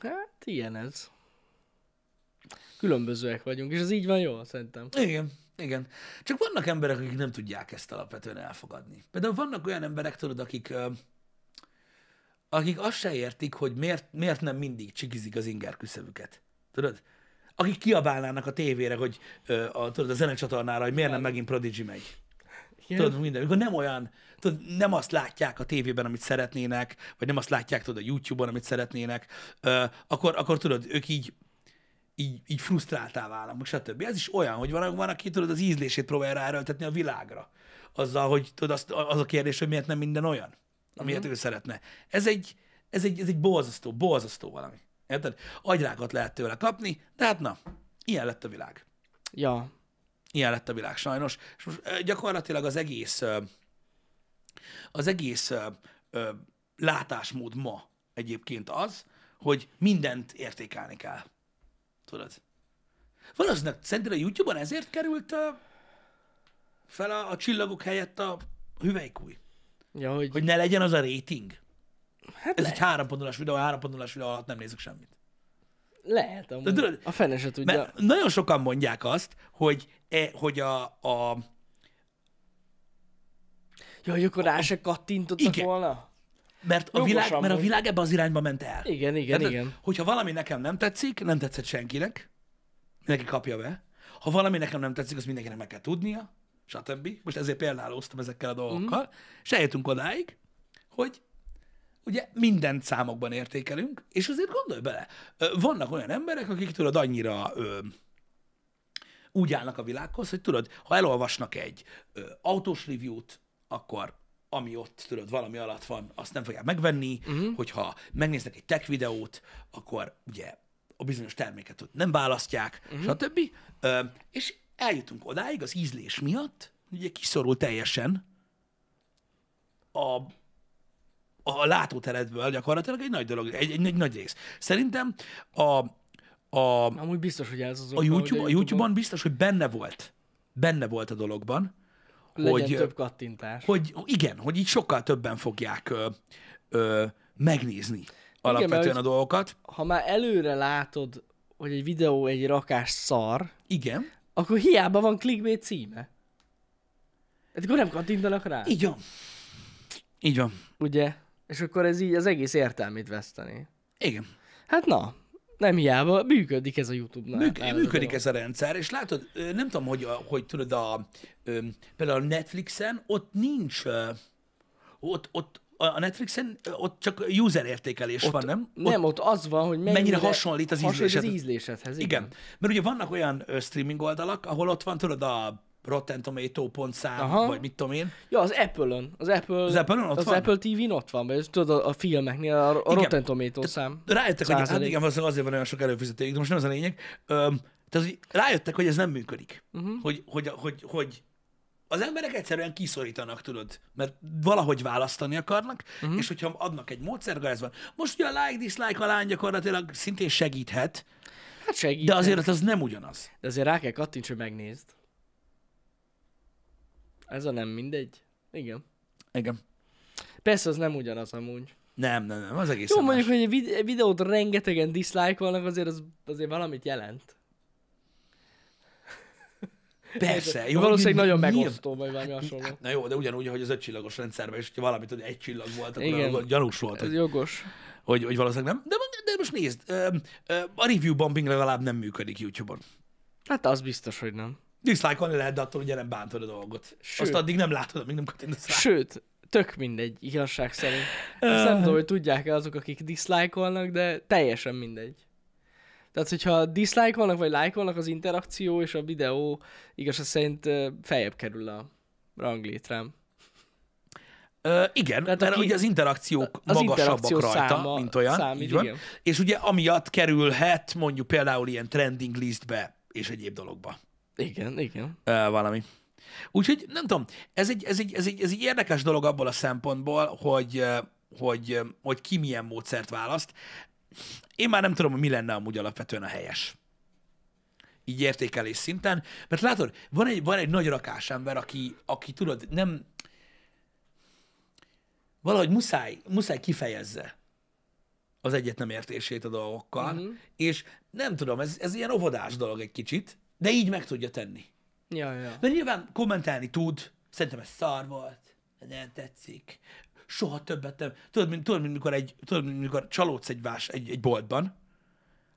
Speaker 2: Hát ilyen ez. Különbözőek vagyunk, és ez így van jól, szerintem.
Speaker 1: Igen, igen. Csak vannak emberek, akik nem tudják ezt alapvetően elfogadni. Például vannak olyan emberek, tudod, akik, ö, akik azt se értik, hogy miért, miért nem mindig csikizik az inger küszöbüket. Tudod? Akik kiabálnának a tévére, hogy ö, a, tudod, a zenecsatornára, hogy miért nem megint Prodigy megy.
Speaker 2: Igen.
Speaker 1: Tudod, minden. Amikor nem olyan, tudod, nem azt látják a tévében, amit szeretnének, vagy nem azt látják, tudod, a YouTube-on, amit szeretnének, ö, akkor, akkor tudod, ők így, így, így frusztráltá válnak, meg stb. Ez is olyan, hogy van, van aki tudod, az ízlését próbálja ráerőltetni a világra. Azzal, hogy tudod, az, az a kérdés, hogy miért nem minden olyan, amilyet uh-huh. ő szeretne. Ez egy, ez egy, ez egy borzasztó, borzasztó valami. Érted? Agyrákat lehet tőle kapni, de hát na, ilyen lett a világ
Speaker 2: Ja.
Speaker 1: ilyen lett a világ sajnos. És most ö, gyakorlatilag az egész, ö, az egész ö, ö, látásmód ma egyébként az, hogy mindent értékelni kell. Tudod? Valószínűleg szerinted a YouTube-on ezért került ö, fel a, a csillagok helyett a hüvelykúj?
Speaker 2: Ja, hogy...
Speaker 1: Hogy ne legyen az a rating?
Speaker 2: hát
Speaker 1: Ez
Speaker 2: le-
Speaker 1: egy hárompontolás videó, a hárompontolás videó alatt nem nézek semmit.
Speaker 2: lehet amúgy.
Speaker 1: tudod-
Speaker 2: a fene se tudja.
Speaker 1: Mert nagyon sokan mondják azt, hogy, e, hogy a, a,
Speaker 2: Ja, hogy akkor rá se kattintottak
Speaker 1: Igen.
Speaker 2: volna?
Speaker 1: Mert a,
Speaker 2: Jogosan
Speaker 1: világ, mert a
Speaker 2: vagy.
Speaker 1: világ ebbe az irányba ment el.
Speaker 2: Igen, igen,
Speaker 1: Tehát,
Speaker 2: igen.
Speaker 1: Hogyha valami nekem nem tetszik, nem tetszett senkinek, mindenki kapja be. Ha valami nekem nem tetszik, azt mindenkinek meg kell tudnia, stb. Most ezért példálóztam ezekkel a dolgokkal.
Speaker 2: Mhm.
Speaker 1: Mm. És eljutunk odáig, hogy ugye mindent számokban értékelünk, és azért gondolj bele, ö, vannak olyan emberek, akik tudod annyira ö, úgy állnak a világhoz, hogy tudod, ha elolvasnak egy ö, autós review-t, akkor ami ott, tudod, valami alatt van, azt nem fogják megvenni, uh-huh. hogyha megnéznek egy tech videót, akkor ugye a bizonyos terméket ott nem választják, uh-huh. stb. Ö, és eljutunk odáig az ízlés miatt, hogy ugye kiszorul teljesen a a látóteretből gyakorlatilag egy nagy dolog, egy, egy, egy nagy rész. Szerintem a, a,
Speaker 2: Amúgy biztos, hogy ez az oka,
Speaker 1: a,
Speaker 2: hogy
Speaker 1: YouTube, a
Speaker 2: YouTube-on
Speaker 1: YouTube-on biztos, hogy benne volt. Benne volt a dologban,
Speaker 2: legyen
Speaker 1: hogy,
Speaker 2: több kattintás.
Speaker 1: hogy igen, hogy így sokkal többen fogják ö, ö, megnézni alapvetően
Speaker 2: mert
Speaker 1: a dolgokat.
Speaker 2: Ha már előre látod, hogy egy videó egy rakás szar,
Speaker 1: Igen.
Speaker 2: akkor hiába van clickbait címe. Hát akkor nem kattintanak rá,
Speaker 1: Így van. Így van.
Speaker 2: ugye? És akkor ez így az egész értelmét veszteni.
Speaker 1: Igen.
Speaker 2: Hát na, nem hiába, működik ez a YouTube-nál.
Speaker 1: Műk-
Speaker 2: Nála
Speaker 1: működik
Speaker 2: az
Speaker 1: ez a rendszer, és látod, ö, nem tudom, hogy, a, hogy tudod, a, ö, például a Netflixen ott nincs, ö, ott, ott a a Netflixen ö, ott csak user értékelés van, nem?
Speaker 2: a- Nem, ott az van, hogy mennyire,
Speaker 1: hasonlít az
Speaker 2: az
Speaker 1: ízlésed-
Speaker 2: ízlésedhez.
Speaker 1: Igen. Mert ugye vannak olyan ö, streaming oldalak, ahol ott van, tudod, a Rotten Tomato pontszám,
Speaker 2: Aha.
Speaker 1: vagy mit tudom én.
Speaker 2: Ja, az Apple-ön. Az Apple,
Speaker 1: Az Apple-ön ott
Speaker 2: az
Speaker 1: van?
Speaker 2: Apple TV-n ott van, vagy tudod, a, a filmeknél a, a Rotten Tomato szám.
Speaker 1: Rájöttek, hogy hát
Speaker 2: Százalék.
Speaker 1: igen, valószínűleg azért van olyan sok előfizetőjük, de most nem az a lényeg. Öm, tehát, hogy rájöttek, hogy ez nem működik.
Speaker 2: Mhm.
Speaker 1: Uh-huh. Hogy, hogy, hogy, hogy az emberek egyszerűen kiszorítanak, tudod, mert valahogy választani akarnak,
Speaker 2: Mhm.
Speaker 1: uh-huh. és hogyha adnak egy módszergázban, most ugye a like-dislike alány gyakorlatilag szintén segíthet,
Speaker 2: Hát segít.
Speaker 1: de azért az nem ugyanaz.
Speaker 2: De azért rá kell kattints, hogy megnézd. Ez a nem mindegy. Igen.
Speaker 1: Igen.
Speaker 2: Persze az nem ugyanaz amúgy.
Speaker 1: Nem, nem, nem, az egész.
Speaker 2: Jó, mondjuk, hogy egy vid- egy videót rengetegen dislike-olnak, azért az azért valamit jelent.
Speaker 1: Persze.
Speaker 2: Jó, Valószínűleg nagyon
Speaker 1: nyilván-
Speaker 2: megosztó, vagy valami hasonló.
Speaker 1: Hát, na jó, de ugyanúgy, ahogy az ötcsillagos rendszerben, és hogyha valamit hogy egy csillag volt, akkor
Speaker 2: Igen.
Speaker 1: Igen. gyanús volt,
Speaker 2: Ez
Speaker 1: hogy,
Speaker 2: jogos.
Speaker 1: hogy, hogy valószínűleg nem. De, mond- de most nézd, ö, ö, a review bombing legalább nem működik YouTube-on.
Speaker 2: Hát az biztos, hogy nem.
Speaker 1: Dislike-olni lehet, de attól ugye nem bántod a dolgot.
Speaker 2: Sőt.
Speaker 1: Sőt. Azt addig nem látod, amíg nem kattintasz rá.
Speaker 2: Sőt, tök mindegy, igazság szerint. Ezt nem tudom, hogy tudják-e azok, akik dislike-olnak, de teljesen mindegy. Tehát, hogyha dislike-olnak vagy like-olnak, az interakció és a videó igazság szerint ö, feljebb kerül a ranglétrám.
Speaker 1: Ö, igen,
Speaker 2: Tehát
Speaker 1: Tehát mert
Speaker 2: aki-
Speaker 1: ugye az interakciók
Speaker 2: az
Speaker 1: az magasabbak
Speaker 2: interakció
Speaker 1: rajta,
Speaker 2: száma
Speaker 1: mint olyan.
Speaker 2: számít,
Speaker 1: így van.
Speaker 2: igen.
Speaker 1: És ugye amiatt kerülhet mondjuk például ilyen trending listbe és egyéb dologba
Speaker 2: Igen, igen.
Speaker 1: ö, valami. Úgyhogy nem tudom, ez egy, ez, egy, ez, egy, ez egy érdekes dolog abból a szempontból, hogy, ö, hogy, ö, hogy ki milyen módszert választ. Én már nem tudom, hogy mi lenne amúgy alapvetően a helyes. Így értékelés szinten. Mert látod, van egy, van egy nagy rakás ember, aki, aki tudod, nem... Valahogy muszáj, muszáj kifejezze az egyet nem értését a dolgokkal, uh-huh. és nem tudom, ez, ez ilyen óvodás dolog egy kicsit, de így meg tudja tenni.
Speaker 2: Ja, ja.
Speaker 1: Mert nyilván kommentálni tud, szerintem ez szar volt, ez nem tetszik, soha többet nem. Tudod, mint, tudod, mint mikor, egy, tudod, mint mikor csalódsz egy, vás, egy, egy boltban,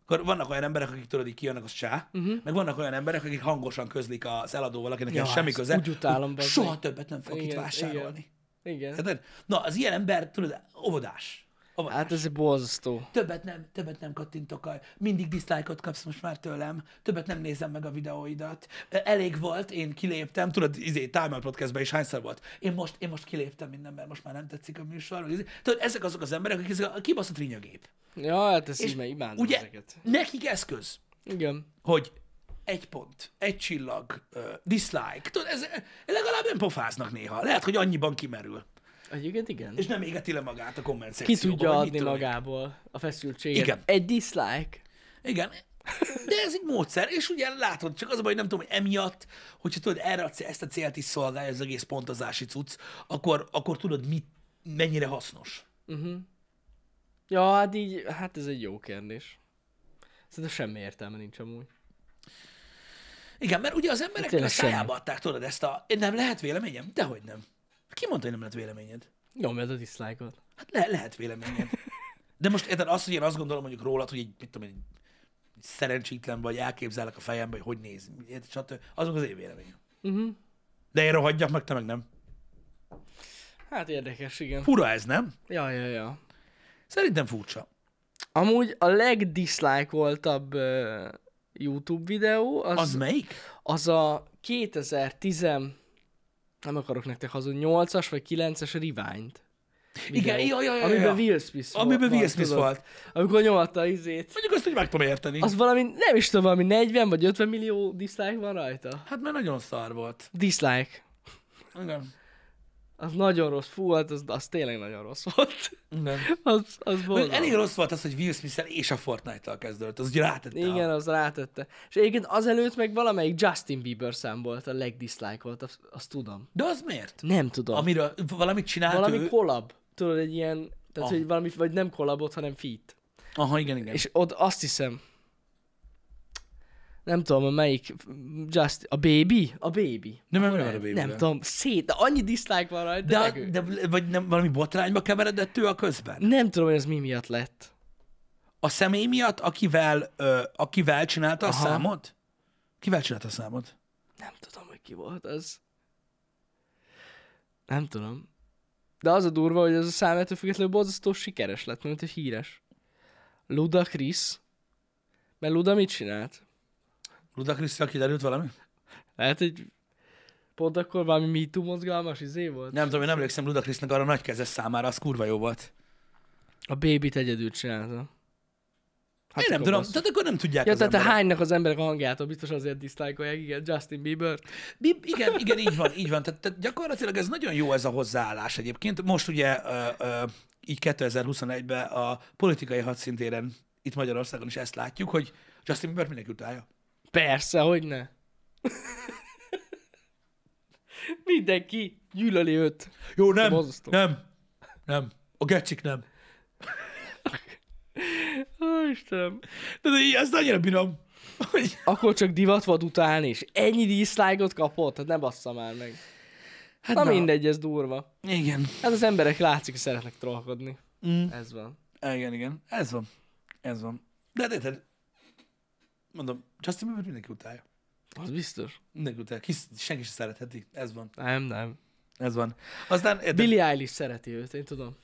Speaker 1: akkor vannak olyan emberek, akik tudod, így kijönnek, az csá, uh-huh. meg vannak olyan emberek, akik hangosan közlik az eladóval, akinek ja,
Speaker 2: Mhm. Ja,
Speaker 1: semmi
Speaker 2: ezt
Speaker 1: köze,
Speaker 2: úgy utálom,
Speaker 1: hogy
Speaker 2: bazd
Speaker 1: soha
Speaker 2: meg.
Speaker 1: többet nem fogok itt
Speaker 2: Igen,
Speaker 1: vásárolni.
Speaker 2: Igen.
Speaker 1: Érted? Na, az ilyen ember, tudod, óvodás. óvodás.
Speaker 2: Hát ez egy borzasztó.
Speaker 1: Többet nem, többet nem kattintok, a- mindig dislike-ot kapsz most már tőlem, többet nem nézem meg a videóidat. Ö, Elég volt, én kiléptem, tudod, izé, Time Out Podcastben is hányszor volt. Én most, én most kiléptem minden, mert most már nem tetszik a műsor. vagy izé. Tudod, ezek azok az emberek, akik ezek a kibaszott rinyagép.
Speaker 2: Ja, hát ez így meg imádom
Speaker 1: Ugye,
Speaker 2: ezeket.
Speaker 1: nekik eszköz,
Speaker 2: Igen.
Speaker 1: hogy egy pont, egy csillag, ö, dislike, tudod, ez, legalább nem pofáznak néha. Lehet, hogy annyiban kimerül.
Speaker 2: Egyébként igen.
Speaker 1: És nem égeti le magát a komment
Speaker 2: Ki
Speaker 1: szekcióba,
Speaker 2: tudja
Speaker 1: vagy mit
Speaker 2: adni
Speaker 1: tudom én.
Speaker 2: magából a feszültséget?
Speaker 1: Igen.
Speaker 2: Egy dislike.
Speaker 1: Igen. De ez egy módszer, és ugye látod, csak az a baj, hogy nem tudom, hogy emiatt, hogyha tudod, erre a, cé- ezt a célt is szolgálja az egész pontozási cucc, akkor, akkor tudod, mit, mennyire hasznos.
Speaker 2: Ja, hát így, hát ez egy jó kérdés. Szerintem semmi értelme nincs amúgy.
Speaker 1: Igen, mert ugye az emberek a
Speaker 2: Tényleg semmi.
Speaker 1: szájába adták, tudod, ezt a... Nem lehet véleményem? Dehogy nem. Ki mondta, hogy nem lehet véleményed?
Speaker 2: Nyomjad a dislike-ot.
Speaker 1: Hát le, lehet véleményed. De most érted, azt, hogy én azt gondolom mondjuk rólad, hogy egy, mit tudom én, egy szerencsétlen vagy, elképzelek a fejembe, hogy hogy néz, érted, stb. Azok az én véleményem.
Speaker 2: Uh-huh.
Speaker 1: De én rohadjak meg, te meg nem.
Speaker 2: Hát érdekes, igen.
Speaker 1: Fura ez, nem?
Speaker 2: Ja, ja, ja.
Speaker 1: Szerintem furcsa.
Speaker 2: Amúgy a legdislike-oltabb ö, YouTube videó, az,
Speaker 1: Az
Speaker 2: az,
Speaker 1: melyik?
Speaker 2: az a 2010, nem akarok nektek hazudni, 8-as vagy 9-es Rewind.
Speaker 1: Igen,
Speaker 2: videó,
Speaker 1: jaj, jaj, jaj,
Speaker 2: Amiben
Speaker 1: jaj.
Speaker 2: Will Smith volt.
Speaker 1: Amiben Will Smith
Speaker 2: tudod?
Speaker 1: volt.
Speaker 2: Amikor nyomta izét.
Speaker 1: Mondjuk azt, hogy meg tudom érteni. Az...
Speaker 2: Az valami, nem is tudom, valami 40 vagy 50 millió dislike van rajta.
Speaker 1: Hát mert nagyon szar volt.
Speaker 2: Dislike.
Speaker 1: Igen.
Speaker 2: Az nagyon rossz. Fú, hát az, az tényleg nagyon rossz volt.
Speaker 1: Igen.
Speaker 2: Az, az
Speaker 1: Mondjuk
Speaker 2: borzalmas.
Speaker 1: Elég rossz volt az, hogy Will smith és a Fortnite-tal kezdődött. Az ugye rátette.
Speaker 2: Igen,
Speaker 1: a-
Speaker 2: az rátette. És egyébként azelőtt meg valamelyik Justin Bieber szám volt, a legdislike volt, azt, azt tudom.
Speaker 1: De az miért?
Speaker 2: Nem tudom. Ami
Speaker 1: Amiről valamit csinált
Speaker 2: valami
Speaker 1: hát ő...
Speaker 2: collab. Tudod, egy ilyen, tehát
Speaker 1: Ah.
Speaker 2: hogy valami, vagy nem collabot, hanem feat.
Speaker 1: Aha, igen, igen.
Speaker 2: És ott azt hiszem, nem tudom, a melyik, just, a baby? A baby.
Speaker 1: Nem, nem,
Speaker 2: Ahol
Speaker 1: nem
Speaker 2: el-
Speaker 1: a Baby,
Speaker 2: Nem
Speaker 1: de.
Speaker 2: tudom, szét, de annyi dislike van rajta.
Speaker 1: De,
Speaker 2: meg ő.
Speaker 1: de, vagy nem, valami botrányba keveredett ő a közben?
Speaker 2: Nem tudom, hogy ez mi miatt lett.
Speaker 1: A személy miatt, akivel, ö, akivel csinálta
Speaker 2: Aha.
Speaker 1: a számot? Kivel csinálta a számot?
Speaker 2: Nem tudom, hogy ki volt az. Nem tudom. De az a durva, hogy ez a szám ettől függetlenül borzasztó sikeres lett, mint egy híres. Luda Krisz. Mert Luda mit csinált?
Speaker 1: Ludakrisztől kiderült valami?
Speaker 2: Lehet, hogy pont akkor valami MeToo mozgalmas izé volt?
Speaker 1: Nem tudom, én emlékszem Ludakrisznek arra a nagykezes számára, az kurva jó volt.
Speaker 2: A Baby-t egyedül csinálta.
Speaker 1: Hát én nem
Speaker 2: akkor
Speaker 1: tudom,
Speaker 2: basszus.
Speaker 1: tehát akkor nem tudják
Speaker 2: Ja,
Speaker 1: az
Speaker 2: tehát a
Speaker 1: emberek.
Speaker 2: hánynak az emberek a hangjától biztos azért diszlájkolják, igen, Justin bieber
Speaker 1: Mi- Igen, igen, így van, így van. Tehát, tehát gyakorlatilag ez nagyon jó ez a hozzáállás egyébként. Most ugye ö, ö, így 2021-ben a politikai hadszintéren itt Magyarországon is ezt látjuk, hogy Justin Bieber mindenki utálja.
Speaker 2: Persze, hogy ne. Mindenki gyűlöli őt.
Speaker 1: Jó, nem,
Speaker 2: Borzasztó.
Speaker 1: nem, nem. A gecik nem.
Speaker 2: Ó, Istenem.
Speaker 1: De, de így, ezt annyira bírom, hogy
Speaker 2: Akkor csak divat volt utáni, és ennyi dislike-ot kapott, hát ne bassza már meg. Hát na,
Speaker 1: na.
Speaker 2: mindegy, ez durva.
Speaker 1: igen.
Speaker 2: Hát az emberek látszik, hogy szeretnek trollkodni.
Speaker 1: Mm.
Speaker 2: Ez van.
Speaker 1: Igen, igen. Ez van. Ez van. De, de, de mondom, Justin Bieber mindenki utálja.
Speaker 2: Az biztos.
Speaker 1: Mindenki utálja. Ki, senki sem szeretheti. Ez van.
Speaker 2: Nem, nem.
Speaker 1: Ez van. Aztán, érted,
Speaker 2: Billie Eilish szereti őt, én tudom.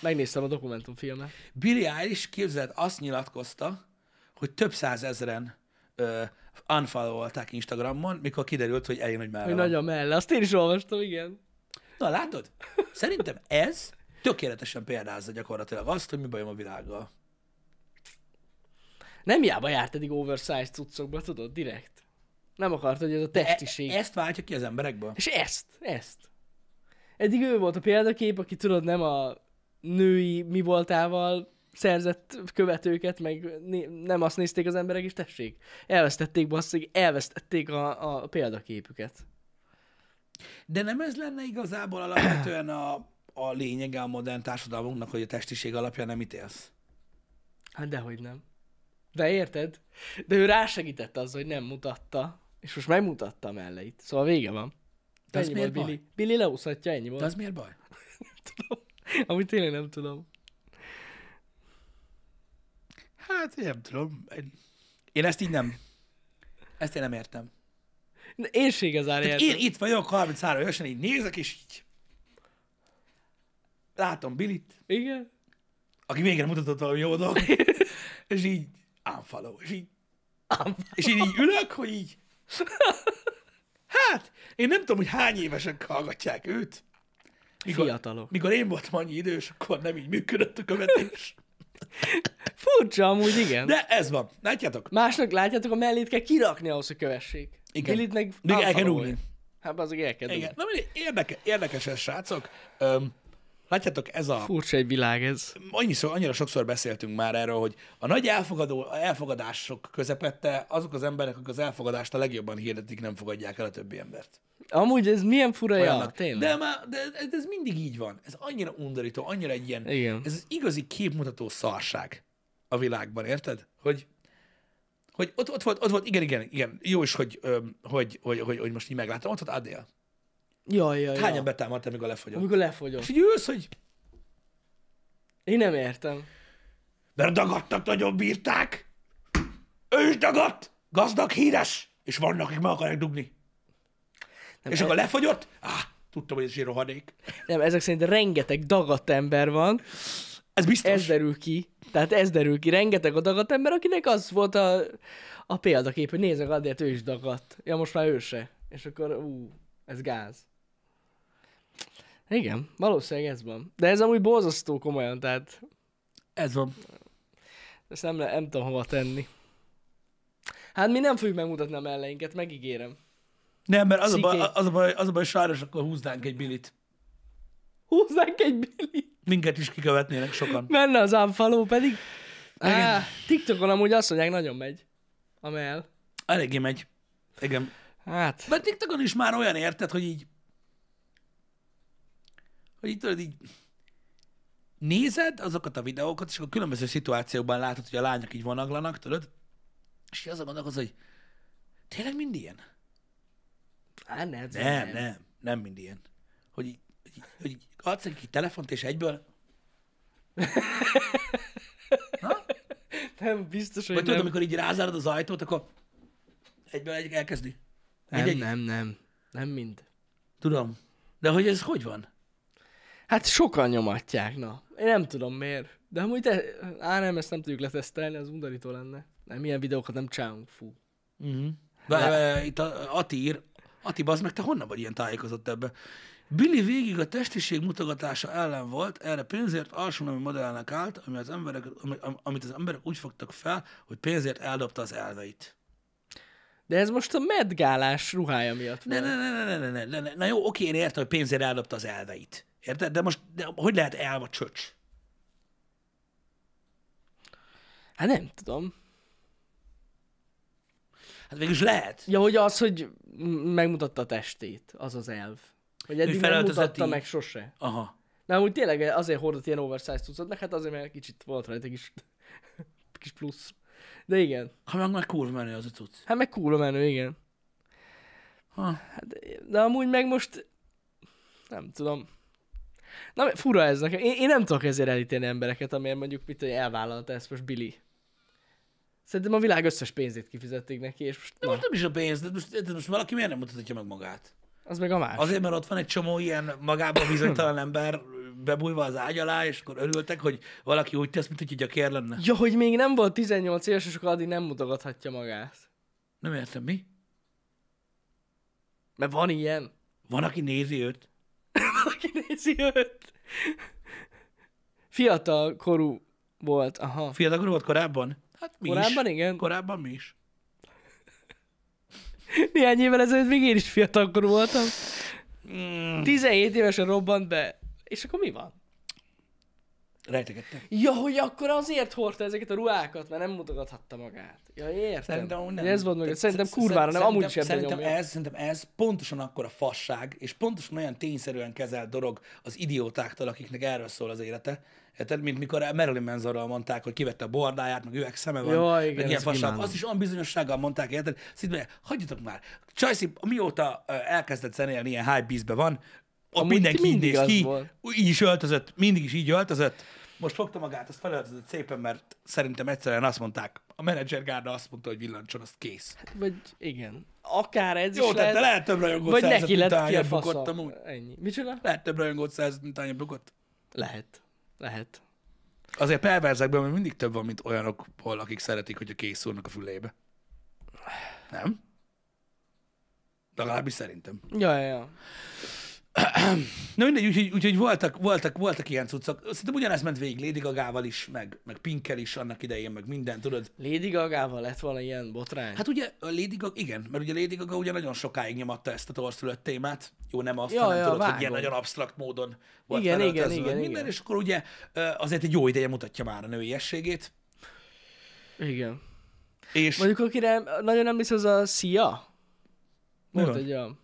Speaker 2: Megnéztem a dokumentumfilmet.
Speaker 1: Billy Eilish képzeld azt nyilatkozta, hogy több százezren ö, unfollowolták Instagramon, mikor kiderült, hogy elég nagy
Speaker 2: Hogy
Speaker 1: mellé
Speaker 2: nagy a melle. Azt én is olvastam, igen.
Speaker 1: Na látod? Szerintem ez tökéletesen példázza gyakorlatilag azt, hogy mi bajom a világgal.
Speaker 2: Nem hiába járt eddig oversize cuccokba, tudod, direkt. Nem akart, hogy ez a
Speaker 1: E-
Speaker 2: testiség.
Speaker 1: ezt váltja ki az emberekből.
Speaker 2: És ezt, ezt. Eddig ő volt a példakép, aki tudod, nem a női mi voltával szerzett követőket, meg né- nem azt nézték az emberek, és tessék, elvesztették basszig, elvesztették a, a példaképüket.
Speaker 1: De nem ez lenne igazából alapvetően a, a lényege a modern társadalmunknak, hogy a testiség alapján nem ítélsz.
Speaker 2: Hát dehogy nem. De érted? De ő rásegített az, hogy nem mutatta, és most megmutatta a melleit. Szóval vége van.
Speaker 1: De az
Speaker 2: ennyi
Speaker 1: miért
Speaker 2: volt,
Speaker 1: baj?
Speaker 2: Billy. Billy leúszhatja, ennyi volt.
Speaker 1: De az miért baj?
Speaker 2: tudom. Amúgy tényleg nem tudom.
Speaker 1: Hát én nem tudom. Én- Én ezt így nem. Ezt én nem értem.
Speaker 2: De érség az árját.
Speaker 1: Tehát én itt vagyok, 33 évesen, így nézek, és így látom Billit,
Speaker 2: Igen?
Speaker 1: aki végre mutatott valami jó dolgot, és így unfollow, és így, és én így ülök, hogy így, hát, én nem tudom, hogy hány évesek hallgatják őt.
Speaker 2: Fiatalok.
Speaker 1: Mikor én voltam annyi idős, akkor nem így működött a követés.
Speaker 2: Furcsa amúgy, igen.
Speaker 1: De ez van. Látjátok?
Speaker 2: Másnak látjátok, a mellét kell kirakni ahhoz, hogy kövessék.
Speaker 1: Igen.
Speaker 2: Billit meg
Speaker 1: Még el kell
Speaker 2: unfollow-olja.
Speaker 1: rúgni.
Speaker 2: Hát az el
Speaker 1: Igen.
Speaker 2: kell rúgni.
Speaker 1: Na, mindegy, érdeke, érdekes ez, srácok. Öm, látjátok, ez a...
Speaker 2: Furcsa egy világ ez.
Speaker 1: Hm. annyiszor, annyira sokszor beszéltünk már erről, hogy a nagy elfogadó, elfogadások közepette azok az emberek, akik az elfogadást a legjobban hirdetik, nem fogadják el a többi embert.
Speaker 2: Amúgy ez milyen fura ja,
Speaker 1: Olyannak.
Speaker 2: tényleg.
Speaker 1: de, már, de ez, ez mindig így van. Ez annyira undorító, annyira egy ilyen...
Speaker 2: Igen.
Speaker 1: Ez az igazi képmutató szarság a világban, érted? Hogy hogy ott, ott, volt, ott volt, igen, igen, igen, jó is, hogy, öm, hogy, hogy, hogy, hogy most így megláttam, ott volt Adél.
Speaker 2: Jaj, jaj,
Speaker 1: Hány
Speaker 2: jaj.
Speaker 1: ember támadt, amikor lefogyott?
Speaker 2: Amikor lefogyott.
Speaker 1: És így ülsz, hogy
Speaker 2: Én nem értem.
Speaker 1: mert dagadtak, nagyon bírták. Ő is dagadt, gazdag, híres, és vannak, akik meg akarják dugni. Nem, és
Speaker 2: e-
Speaker 1: akkor lefagyott, áh, tudtam, hogy ez egy rohadék.
Speaker 2: Nem, ezek szerint rengeteg dagadt ember van,
Speaker 1: Ez biztos.
Speaker 2: ez
Speaker 1: Ez
Speaker 2: derül ki. Tehát ez derül ki. Rengeteg a dagadt ember, akinek az volt a, a példakép, hogy nézzek, addig ő is dagadt. Ja, most már ő se. És akkor, ú, ez gáz. Igen, valószínűleg ez van. De ez amúgy borzasztó komolyan, tehát
Speaker 1: Ez van.
Speaker 2: ezt nem, le- nem tudom hova tenni. Hát mi nem fogjuk megmutatni a melleinket, megígérem.
Speaker 1: Nem, mert az a,
Speaker 2: Ciké.
Speaker 1: baj, az, a baj, az a baj, sajnos akkor húznánk egy bilit.
Speaker 2: Húzzánk egy billit.
Speaker 1: Minket is kikövetnének sokan.
Speaker 2: Menne az unfollow pedig. Á, TikTokon amúgy azt mondják, nagyon megy. A mell.
Speaker 1: Eléggé megy. Igen.
Speaker 2: Hát.
Speaker 1: Mert TikTokon is már olyan érted, hogy így... Hogy így tudod, így... Nézed azokat a videókat, és akkor különböző szituációkban látod, hogy a lányok így vonaglanak, tudod? És így azon gondolkozz, hogy tényleg mind ilyen?
Speaker 2: Hát ne, ez
Speaker 1: Nem, nem, nem, nem mind ilyen. Hogy, így- hogy, így- hogy így adsz egy telefont, és egyből...
Speaker 2: Nem, biztos, hogy
Speaker 1: Vagy tudod,
Speaker 2: nem.
Speaker 1: amikor így rázárod az ajtót, akkor egyből egy elkezdi. Egy, egy,
Speaker 2: nem, nem. Nem mind.
Speaker 1: Tudom. De hogy ez hogy van?
Speaker 2: Hát sokan nyomatják, na. Én nem tudom miért. De amúgy te... Á, nem, ezt nem tudjuk letesztelni, az undorító lenne. Nem, ilyen videókat nem csinálunk, fú.
Speaker 1: Uh-huh. Várj, várj, itt a, Ati ír. Ati, bazd meg, te honnan vagy ilyen tájékozott ebbe? Billy végig a testiség mutogatása ellen volt, erre pénzért alsónemű modellnek állt, ami az emberek, ami, am- amit az emberek úgy fogtak fel, hogy pénzért eldobta az elveit.
Speaker 2: De ez most a medgálás ruhája miatt
Speaker 1: Ne,
Speaker 2: van.
Speaker 1: ne, ne, ne, ne, ne, ne, ne. Na jó, oké, én értem, hogy pénzért eldobta az elveit. Érted? De most de hogy lehet elva csöcs?
Speaker 2: Hát nem tudom.
Speaker 1: Hát végülis lehet.
Speaker 2: Ja, hogy az, hogy m- megmutatta a testét, az az elv. Hogy eddig nem
Speaker 1: felöltözött
Speaker 2: mutatta
Speaker 1: így.
Speaker 2: meg sose.
Speaker 1: Aha.
Speaker 2: Na, amúgy tényleg azért hordott ilyen oversize cuccot, meg hát azért, mert kicsit volt rajta egy kis, kis plusz. De igen.
Speaker 1: Ha meg már kurva menő az a cucc.
Speaker 2: Hát meg cool a menő, igen. Hát,
Speaker 1: Ha.
Speaker 2: De amúgy meg most... Nem tudom. Na, fura ez nekem. Én, én nem tudok ezért elítélni embereket, amiért mondjuk mit, hogy elvállalta ezt most Billy. Szerintem a világ összes pénzét kifizették neki, és most,
Speaker 1: De
Speaker 2: na,
Speaker 1: most nem is a pénz, de most, de most valaki miért nem mutatja meg magát?
Speaker 2: az meg a más.
Speaker 1: Azért, mert ott van egy csomó ilyen magában bizonytalan ember bebújva az ágy alá, és akkor örültek, hogy valaki úgy tesz, mint hogy gyakér lenne.
Speaker 2: Ja, hogy még nem volt 18 éves, és akkor addig nem mutogathatja magát.
Speaker 1: Nem értem, mi?
Speaker 2: Mert van ilyen.
Speaker 1: Van, aki nézi őt?
Speaker 2: Valaki nézi őt. Fiatal korú volt, aha.
Speaker 1: Fiatal volt korábban? Hát mi
Speaker 2: Korábban
Speaker 1: is.
Speaker 2: igen.
Speaker 1: Korábban mi is.
Speaker 2: Néhány évvel ezelőtt még én is fiatal korú voltam.
Speaker 1: Mm.
Speaker 2: 17 évesen robbant be. És akkor mi van?
Speaker 1: Rejtegettek.
Speaker 2: Ja, hogy akkor azért hordta ezeket a ruhákat, mert nem mutogathatta magát. Ja, értem.
Speaker 1: Szerintem nem.
Speaker 2: Ugye Ez volt meg,
Speaker 1: Tehát
Speaker 2: szerintem
Speaker 1: sz-
Speaker 2: kurvára nem, amúgy sem
Speaker 1: szerintem-
Speaker 2: szerintem
Speaker 1: Szerintem ez, szerintem ez pontosan akkor a fasság, és pontosan olyan tényszerűen kezelt dolog az idiótáktól, akiknek erről szól az élete. Érted, mint mikor Marilyn Manzorral mondták, hogy kivette a bordáját, meg üveg szeme van,
Speaker 2: Jaj, igen,
Speaker 1: meg ilyen
Speaker 2: ezt
Speaker 1: fasság.
Speaker 3: imádom.
Speaker 1: Azt is olyan bizonyossággal mondták, érted? Szinte, hagyjatok már. Csajci, mióta ö, elkezdett zenélni, ilyen high beastbe van, ott
Speaker 2: Amúgy
Speaker 1: mindenki így
Speaker 2: mindig
Speaker 1: néz
Speaker 2: az
Speaker 1: ki,
Speaker 2: volt.
Speaker 1: így is öltözött, mindig is így öltözött. Most fogta magát, azt felöltözött szépen, mert szerintem egyszerűen azt mondták, a menedzsergárda azt mondta, hogy villancson, azt kész.
Speaker 2: Vagy igen. Akár ez
Speaker 1: Jó,
Speaker 2: Hát is
Speaker 1: tehát
Speaker 2: lehet,
Speaker 1: te lehet több rajongót
Speaker 2: vagy
Speaker 1: szerzett,
Speaker 2: neki
Speaker 1: mint
Speaker 2: lett ki a
Speaker 1: ahányan
Speaker 2: fasza.
Speaker 1: bukott amúgy.
Speaker 2: Ennyi. Micsoda?
Speaker 1: Lehet több rajongót szerzett, mint annyi bukott.
Speaker 2: Lehet. Lehet.
Speaker 1: Azért perverzekben még mindig több van, mint olyanokból, akik szeretik, hogy a kész szúrnak a fülébe. Nem? Legalábbis szerintem.
Speaker 2: Ja, ja, ja.
Speaker 1: Na mindegy, úgyhogy, úgyhogy voltak, voltak, voltak ilyen cuccok. Szerintem ugyanez ment végig Lady Gagával is, meg, meg Pinkkel is annak idején, meg minden, tudod.
Speaker 2: Lady Gaga-val lett volna ilyen botrány? Hát,
Speaker 1: Hát ugye a Lady Gaga, igen, mert ugye Lady Gaga ugye nagyon sokáig nyomatta ezt a torszülött témát. Jó, nem azt,
Speaker 2: Ja,
Speaker 1: hanem
Speaker 2: ja,
Speaker 1: tudod, hogy
Speaker 2: vágom.
Speaker 1: ilyen nagyon absztrakt módon volt
Speaker 2: Igen, igen,
Speaker 1: felöltözve,
Speaker 2: igen,
Speaker 1: minden,
Speaker 2: igen.
Speaker 1: és akkor ugye ö, azért egy jó ideje mutatja már a nőiességét.
Speaker 2: igen.
Speaker 1: És
Speaker 2: Mondjuk, akire nagyon emlékszel, az a Sia.
Speaker 1: Mi
Speaker 2: Volt
Speaker 1: van?
Speaker 2: egy olyan.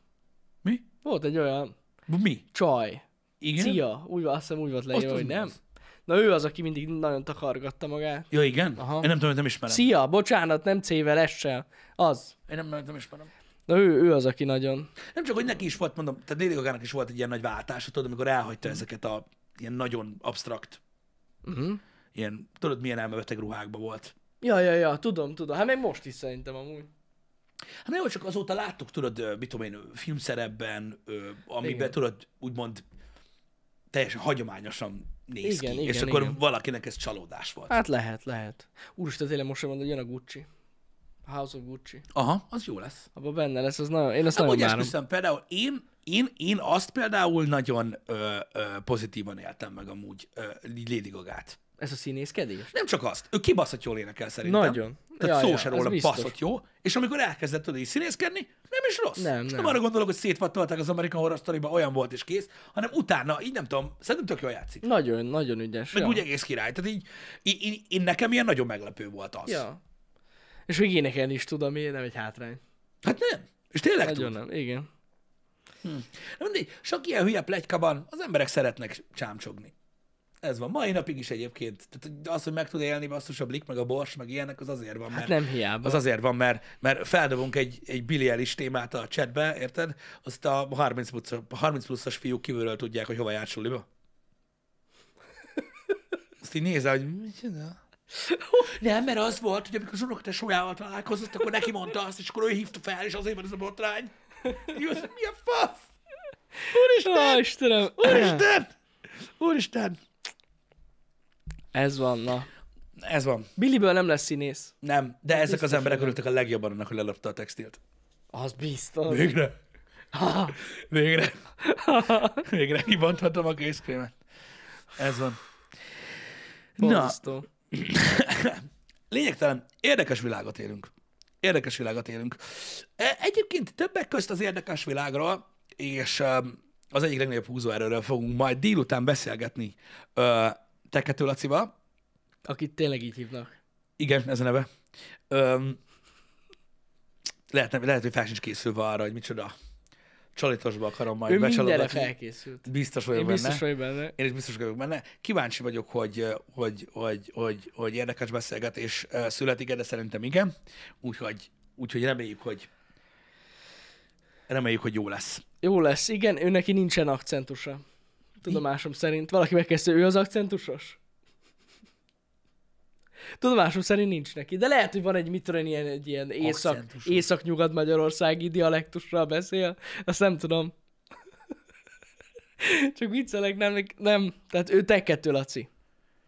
Speaker 1: mi?
Speaker 2: Volt egy olyan
Speaker 1: Mi?
Speaker 2: csaj.
Speaker 1: Igen?
Speaker 2: Cia. Úgy, van- azt hiszem úgy volt leírva,
Speaker 1: az
Speaker 2: hogy
Speaker 1: mi
Speaker 2: nem.
Speaker 1: az?
Speaker 2: Na ő az, aki mindig nagyon takargatta magát.
Speaker 1: Ja, igen?
Speaker 2: Aha.
Speaker 1: Én nem tudom, hogy nem ismerem.
Speaker 2: Cia, bocsánat, nem C-vel, S-sel. Az.
Speaker 1: Én nem, nem, nem ismerem.
Speaker 2: Na ő, ő az, aki nagyon.
Speaker 1: Nem csak, hogy neki is volt, mondom, tehát Lady Gagának is volt egy ilyen nagy váltása, tudod, amikor
Speaker 2: Mm.
Speaker 1: elhagyta ezeket a ilyen nagyon absztrakt,
Speaker 2: Uh-huh.
Speaker 1: ilyen, tudod, milyen elmebeteg ruhákba volt.
Speaker 2: Ja, ja, ja, tudom, tudom. Hát még most is szerintem amúgy.
Speaker 1: Hát nem, csak azóta láttuk, tudod, ö, mit tudom én, ö, filmszerepben, ö, amiben
Speaker 2: Igen.
Speaker 1: tudod, úgymond teljesen hagyományosan néz
Speaker 2: Igen,
Speaker 1: ki,
Speaker 2: igen,
Speaker 1: és akkor
Speaker 2: igen.
Speaker 1: valakinek ez csalódás volt.
Speaker 2: Hát lehet, lehet. Úristen, tényleg most sem mondod, hogy jön a Gucci. A House of Gucci.
Speaker 1: Aha, az jó lesz.
Speaker 2: Abban benne lesz, az nagyon, én azt
Speaker 1: Nem,
Speaker 2: nagyon
Speaker 1: hogy
Speaker 2: várom.
Speaker 1: esküszöm, például én, én, én azt például nagyon ö, ö, pozitívan éltem meg amúgy ö, Lady Gagát.
Speaker 2: Ez a színészkedés?
Speaker 1: Nem csak azt, ő kibaszott jól énekel szerintem.
Speaker 2: Nagyon.
Speaker 1: Tehát
Speaker 2: Ja,
Speaker 1: szó
Speaker 2: ja,
Speaker 1: se
Speaker 2: ez
Speaker 1: róla,
Speaker 2: biztos.
Speaker 1: baszott jó. És amikor elkezdett tudod így színészkedni, nem is rossz.
Speaker 2: Nem,
Speaker 1: És nem
Speaker 2: nem.
Speaker 1: arra gondolok, hogy szétvattolták az American Horror story olyan volt és kész, hanem utána, így nem tudom, szerintem tök jól játszik.
Speaker 2: Nagyon, nagyon ügyes.
Speaker 1: Meg
Speaker 2: ja.
Speaker 1: úgy egész király. Tehát így, így, így, én nekem ilyen nagyon meglepő volt az.
Speaker 2: Ja. És még énekelni is tud, ami nem egy hátrány.
Speaker 1: Hát nem. És tényleg
Speaker 2: Nagyon
Speaker 1: tud.
Speaker 2: nem, igen.
Speaker 1: Nem mindegy, sok ilyen hülye plegykaban az emberek szeretnek csámcsogni. Ez van. Mai napig is egyébként. Tehát hogy az, hogy meg tud élni basszus a blik, meg a bors, meg ilyenek, az azért van, mert...
Speaker 2: Hát nem hiába.
Speaker 1: Az azért van, mert, mert feldobunk egy, egy biliális témát a chatbe, érted? Azt a 30 pluszos, 30 pluszos fiúk kívülről tudják, hogy hova jár suliba. Azt így nézel, hogy micsoda? Nem, mert az volt, hogy amikor az unokatesójával találkozott, akkor neki mondta azt, és akkor ő hívta fel, és azért van ez a botrány. Jó, ez mi a fasz?
Speaker 2: Úristen! Ó, Istenem!
Speaker 1: Úristen! Úristen!
Speaker 2: Ez van, na.
Speaker 1: Ez van.
Speaker 2: Billyből nem lesz színész.
Speaker 1: Nem, de ezek az
Speaker 2: biztos,
Speaker 1: emberek
Speaker 2: hogy nem.
Speaker 1: örültek a legjobban annak, hogy lelopta a textilt.
Speaker 2: Az biztos.
Speaker 1: Végre. Végre. Végre kibonthatom a kézkrémet. Ez van. Na,
Speaker 2: Borzasztó.
Speaker 1: lényegtelen, érdekes világot élünk. Érdekes világot élünk. E, Egyébként többek közt az érdekes világról, és öm, az egyik legnagyobb húzóerőről fogunk majd délután beszélgetni ö, Tekető Lacival.
Speaker 2: Akit tényleg így hívnak.
Speaker 1: Igen, ez a neve. Öm, lehet, nem- lehet, hogy fel sincs készülve arra, hogy micsoda csalitosba akarom majd
Speaker 2: Ő mindenre
Speaker 1: becsalogatni.
Speaker 2: felkészült.
Speaker 1: Biztos vagyok
Speaker 2: Én
Speaker 1: benne.
Speaker 2: biztos vagyok benne.
Speaker 1: Én is biztos vagyok benne. Kíváncsi vagyok, hogy, hogy, hogy, hogy, hogy érdekes beszélgetés eh, születik, de szerintem igen. Úgyhogy, úgyhogy reméljük, hogy reméljük, hogy jó lesz.
Speaker 2: Jó lesz, igen, ő neki nincsen akcentusa. Tudomásom szerint. Valaki megkezdte, ő az akcentusos? Tudomásom szerint nincs neki, de lehet, hogy van egy mit tudom, én, ilyen, egy ilyen észak,
Speaker 1: Akcentusos.
Speaker 2: észak-nyugat-magyarországi dialektusra beszél, azt nem tudom. Csak viccelek, nem, nem. Tehát ő tekkettő, Laci.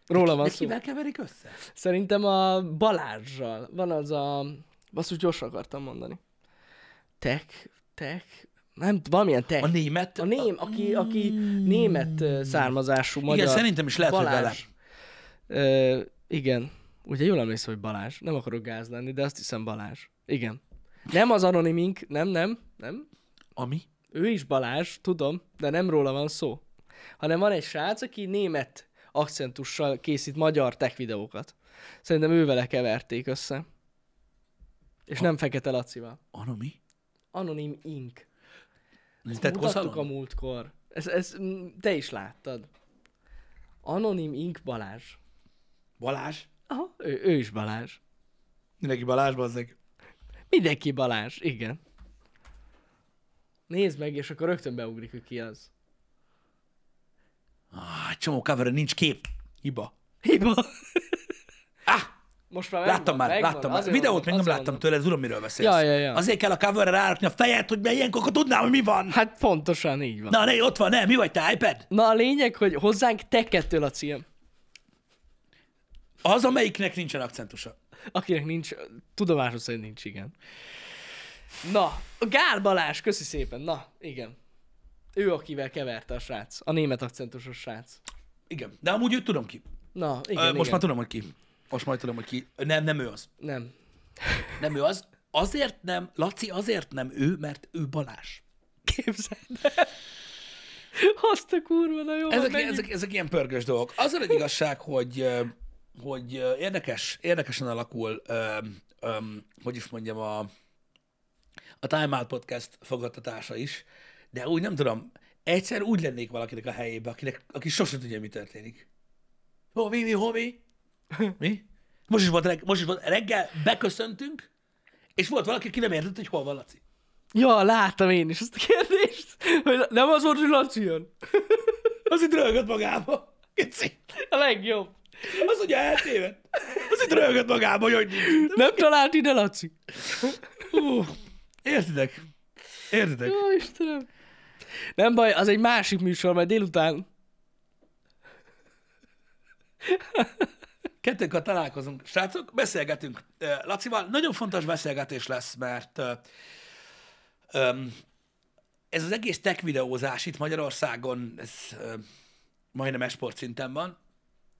Speaker 2: Róla van
Speaker 1: De
Speaker 2: szó.
Speaker 1: kivel keverik össze?
Speaker 2: Szerintem a Balázsral. Van az a... Basszus, gyorsan akartam mondani. Tek, tek, nem t- valamilyen
Speaker 1: Eh, A
Speaker 2: te.
Speaker 1: német...
Speaker 2: A ném, aki, aki német ö, származású magyar.
Speaker 1: Igen, szerintem is lehet, hogy vele.
Speaker 2: Balázs. Ö, igen. Ugye jól emlékszem, hogy Balázs. Nem akarok gáz lenni, de azt hiszem Balázs. Igen. Nem az anonimink, nem, nem, nem.
Speaker 1: Ami?
Speaker 2: Ő is Balázs, tudom, de nem róla van szó. Hanem van egy srác, aki német akcentussal készít magyar tech videókat. Szerintem ő vele keverték össze. És nem Fekete Lacival.
Speaker 1: Anomi?
Speaker 2: Anonim Ink.
Speaker 1: Lintett
Speaker 2: Mutattuk a
Speaker 1: koszalon?
Speaker 2: múltkor. Ez, ez, mm, te is láttad. Anonim Ink Balázs.
Speaker 1: Balázs?
Speaker 2: Aha, ő, ő is Balázs.
Speaker 1: Mindenki Balázs, bazzeg.
Speaker 2: Mindenki Balázs, igen. Nézd meg, és akkor rögtön beugrik, hogy ki az.
Speaker 1: Ah, csomó cover nincs kép. Hiba.
Speaker 2: Hiba.
Speaker 1: Ah,
Speaker 2: Most már
Speaker 1: láttam
Speaker 2: megvan,
Speaker 1: már,
Speaker 2: megvan.
Speaker 1: láttam már.
Speaker 2: Azért
Speaker 1: Videót
Speaker 2: mondom,
Speaker 1: még nem
Speaker 2: azért
Speaker 1: láttam
Speaker 2: mondom.
Speaker 1: tőle, ez tudom, miről beszélsz.
Speaker 2: Ja, ja, ja.
Speaker 1: Azért kell a coverre rárakni a fejet, hogy mert ilyenkor akkor tudnám, hogy mi van.
Speaker 2: Hát pontosan így van. Na.
Speaker 1: Na, ne, ott van, nem, mi vagy te, iPad?
Speaker 2: Na a lényeg, hogy hozzánk te kettő, a cím,
Speaker 1: Az, amelyiknek nincsen akcentusa.
Speaker 2: akinek nincs, tudomásom szerint nincs, igen. Na, Gál Balázs, köszi szépen, na, igen. Ő, akivel keverte a srác, a német akcentusos srác.
Speaker 1: Igen, de amúgy őt tudom ki.
Speaker 2: Na, igen,
Speaker 1: Igen, Most
Speaker 2: igen.
Speaker 1: már tudom, hogy ki. Most majd tudom, hogy ki. Nem, nem ő az.
Speaker 2: Nem.
Speaker 1: Nem ő az. Azért nem, Laci azért nem ő, mert ő Balázs.
Speaker 2: Képzeld el. Azt a kurva, na jó,
Speaker 1: Ezek,
Speaker 2: van, menjünk.
Speaker 1: ezek, ezek ilyen pörgős dolgok. Az az igazság, hogy, ö, hogy ö, érdekes, érdekesen alakul, öm, öm, hogy is mondjam, a, a Time Out Podcast fogadtatása is, de úgy nem tudom, egyszer úgy lennék valakinek a helyébe, akinek, aki sosem tudja, mi történik. Homi, mi, homi? Mi? Most is, volt reg, most is volt reggel, beköszöntünk, és volt valaki, aki nem értett, hogy hol van Laci.
Speaker 2: Ja, láttam én is azt a kérdést, hogy nem az volt, hogy Laci jön.
Speaker 1: Az itt röhögött magába. Geci.
Speaker 2: A legjobb.
Speaker 1: Az ugye eltévedt. Az itt röhögött magába, hogy hogy nincs.
Speaker 2: Nem talált ide, Laci.
Speaker 1: Hú, értitek? Értitek?
Speaker 2: Ó, Istenem. Nem baj, az egy másik műsor, majd délután.
Speaker 1: Kettőnkkel találkozunk. Srácok, beszélgetünk ö, Lacival. Nagyon fontos beszélgetés lesz, mert ö, öm, ez az egész tech videózás itt Magyarországon, ez ö, majdnem esport szinten van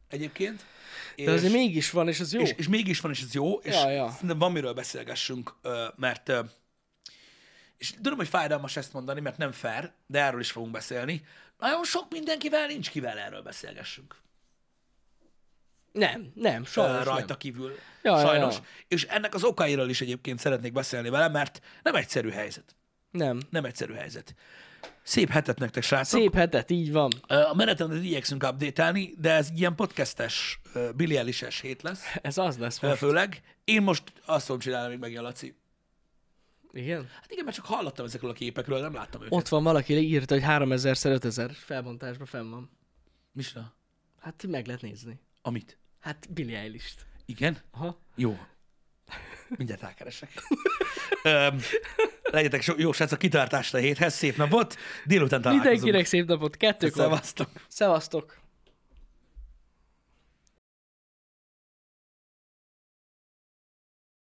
Speaker 1: egyébként.
Speaker 2: De azért mégis van, és az jó.
Speaker 1: És, és mégis van, és ez jó, és
Speaker 2: Ja, ja.
Speaker 1: szerintem van miről beszélgessünk, ö, mert ö, és tudom, hogy fájdalmas ezt mondani, mert nem fair, de erről is fogunk beszélni. Nagyon sok mindenkivel nincs kivel erről beszélgessünk.
Speaker 2: Nem, nem,
Speaker 1: Sajnos
Speaker 2: sajnos
Speaker 1: rajta
Speaker 2: nem.
Speaker 1: kívül.
Speaker 2: Ja, ja,
Speaker 1: sajnos.
Speaker 2: ja.
Speaker 1: És ennek az okairól is egyébként szeretnék beszélni vele, mert nem egyszerű helyzet.
Speaker 2: Nem.
Speaker 1: Nem egyszerű helyzet. Szép hetet nektek, srácok.
Speaker 2: Szép hetet, így van.
Speaker 1: Ö, A menetrendet igyekszünk update de ez ilyen podcastes, ö, Billy Eilish-es hét lesz,
Speaker 2: Ez az lesz
Speaker 1: ö,
Speaker 2: most.
Speaker 1: főleg. Én most azt fogom csinálni, még megint a Laci.
Speaker 2: Igen?
Speaker 1: Hát igen, mert csak hallottam ezekről a képekről, nem láttam őket.
Speaker 2: Ott van valaki, írta, hogy 3000 5000 felbontásban fenn van.
Speaker 1: Micsoda?
Speaker 2: Hát meg lehet nézni.
Speaker 1: Amit?
Speaker 2: Hát Billy eilish
Speaker 1: Igen?
Speaker 2: Aha.
Speaker 1: Jó. Mindjárt rákeresek. Öm, legyetek so- jó srácok, kitartásra a héthez, szép napot, délután találkozunk.
Speaker 2: Mindenkinek szép napot, kettőkor.
Speaker 1: Szevasztok.
Speaker 2: Szevasztok.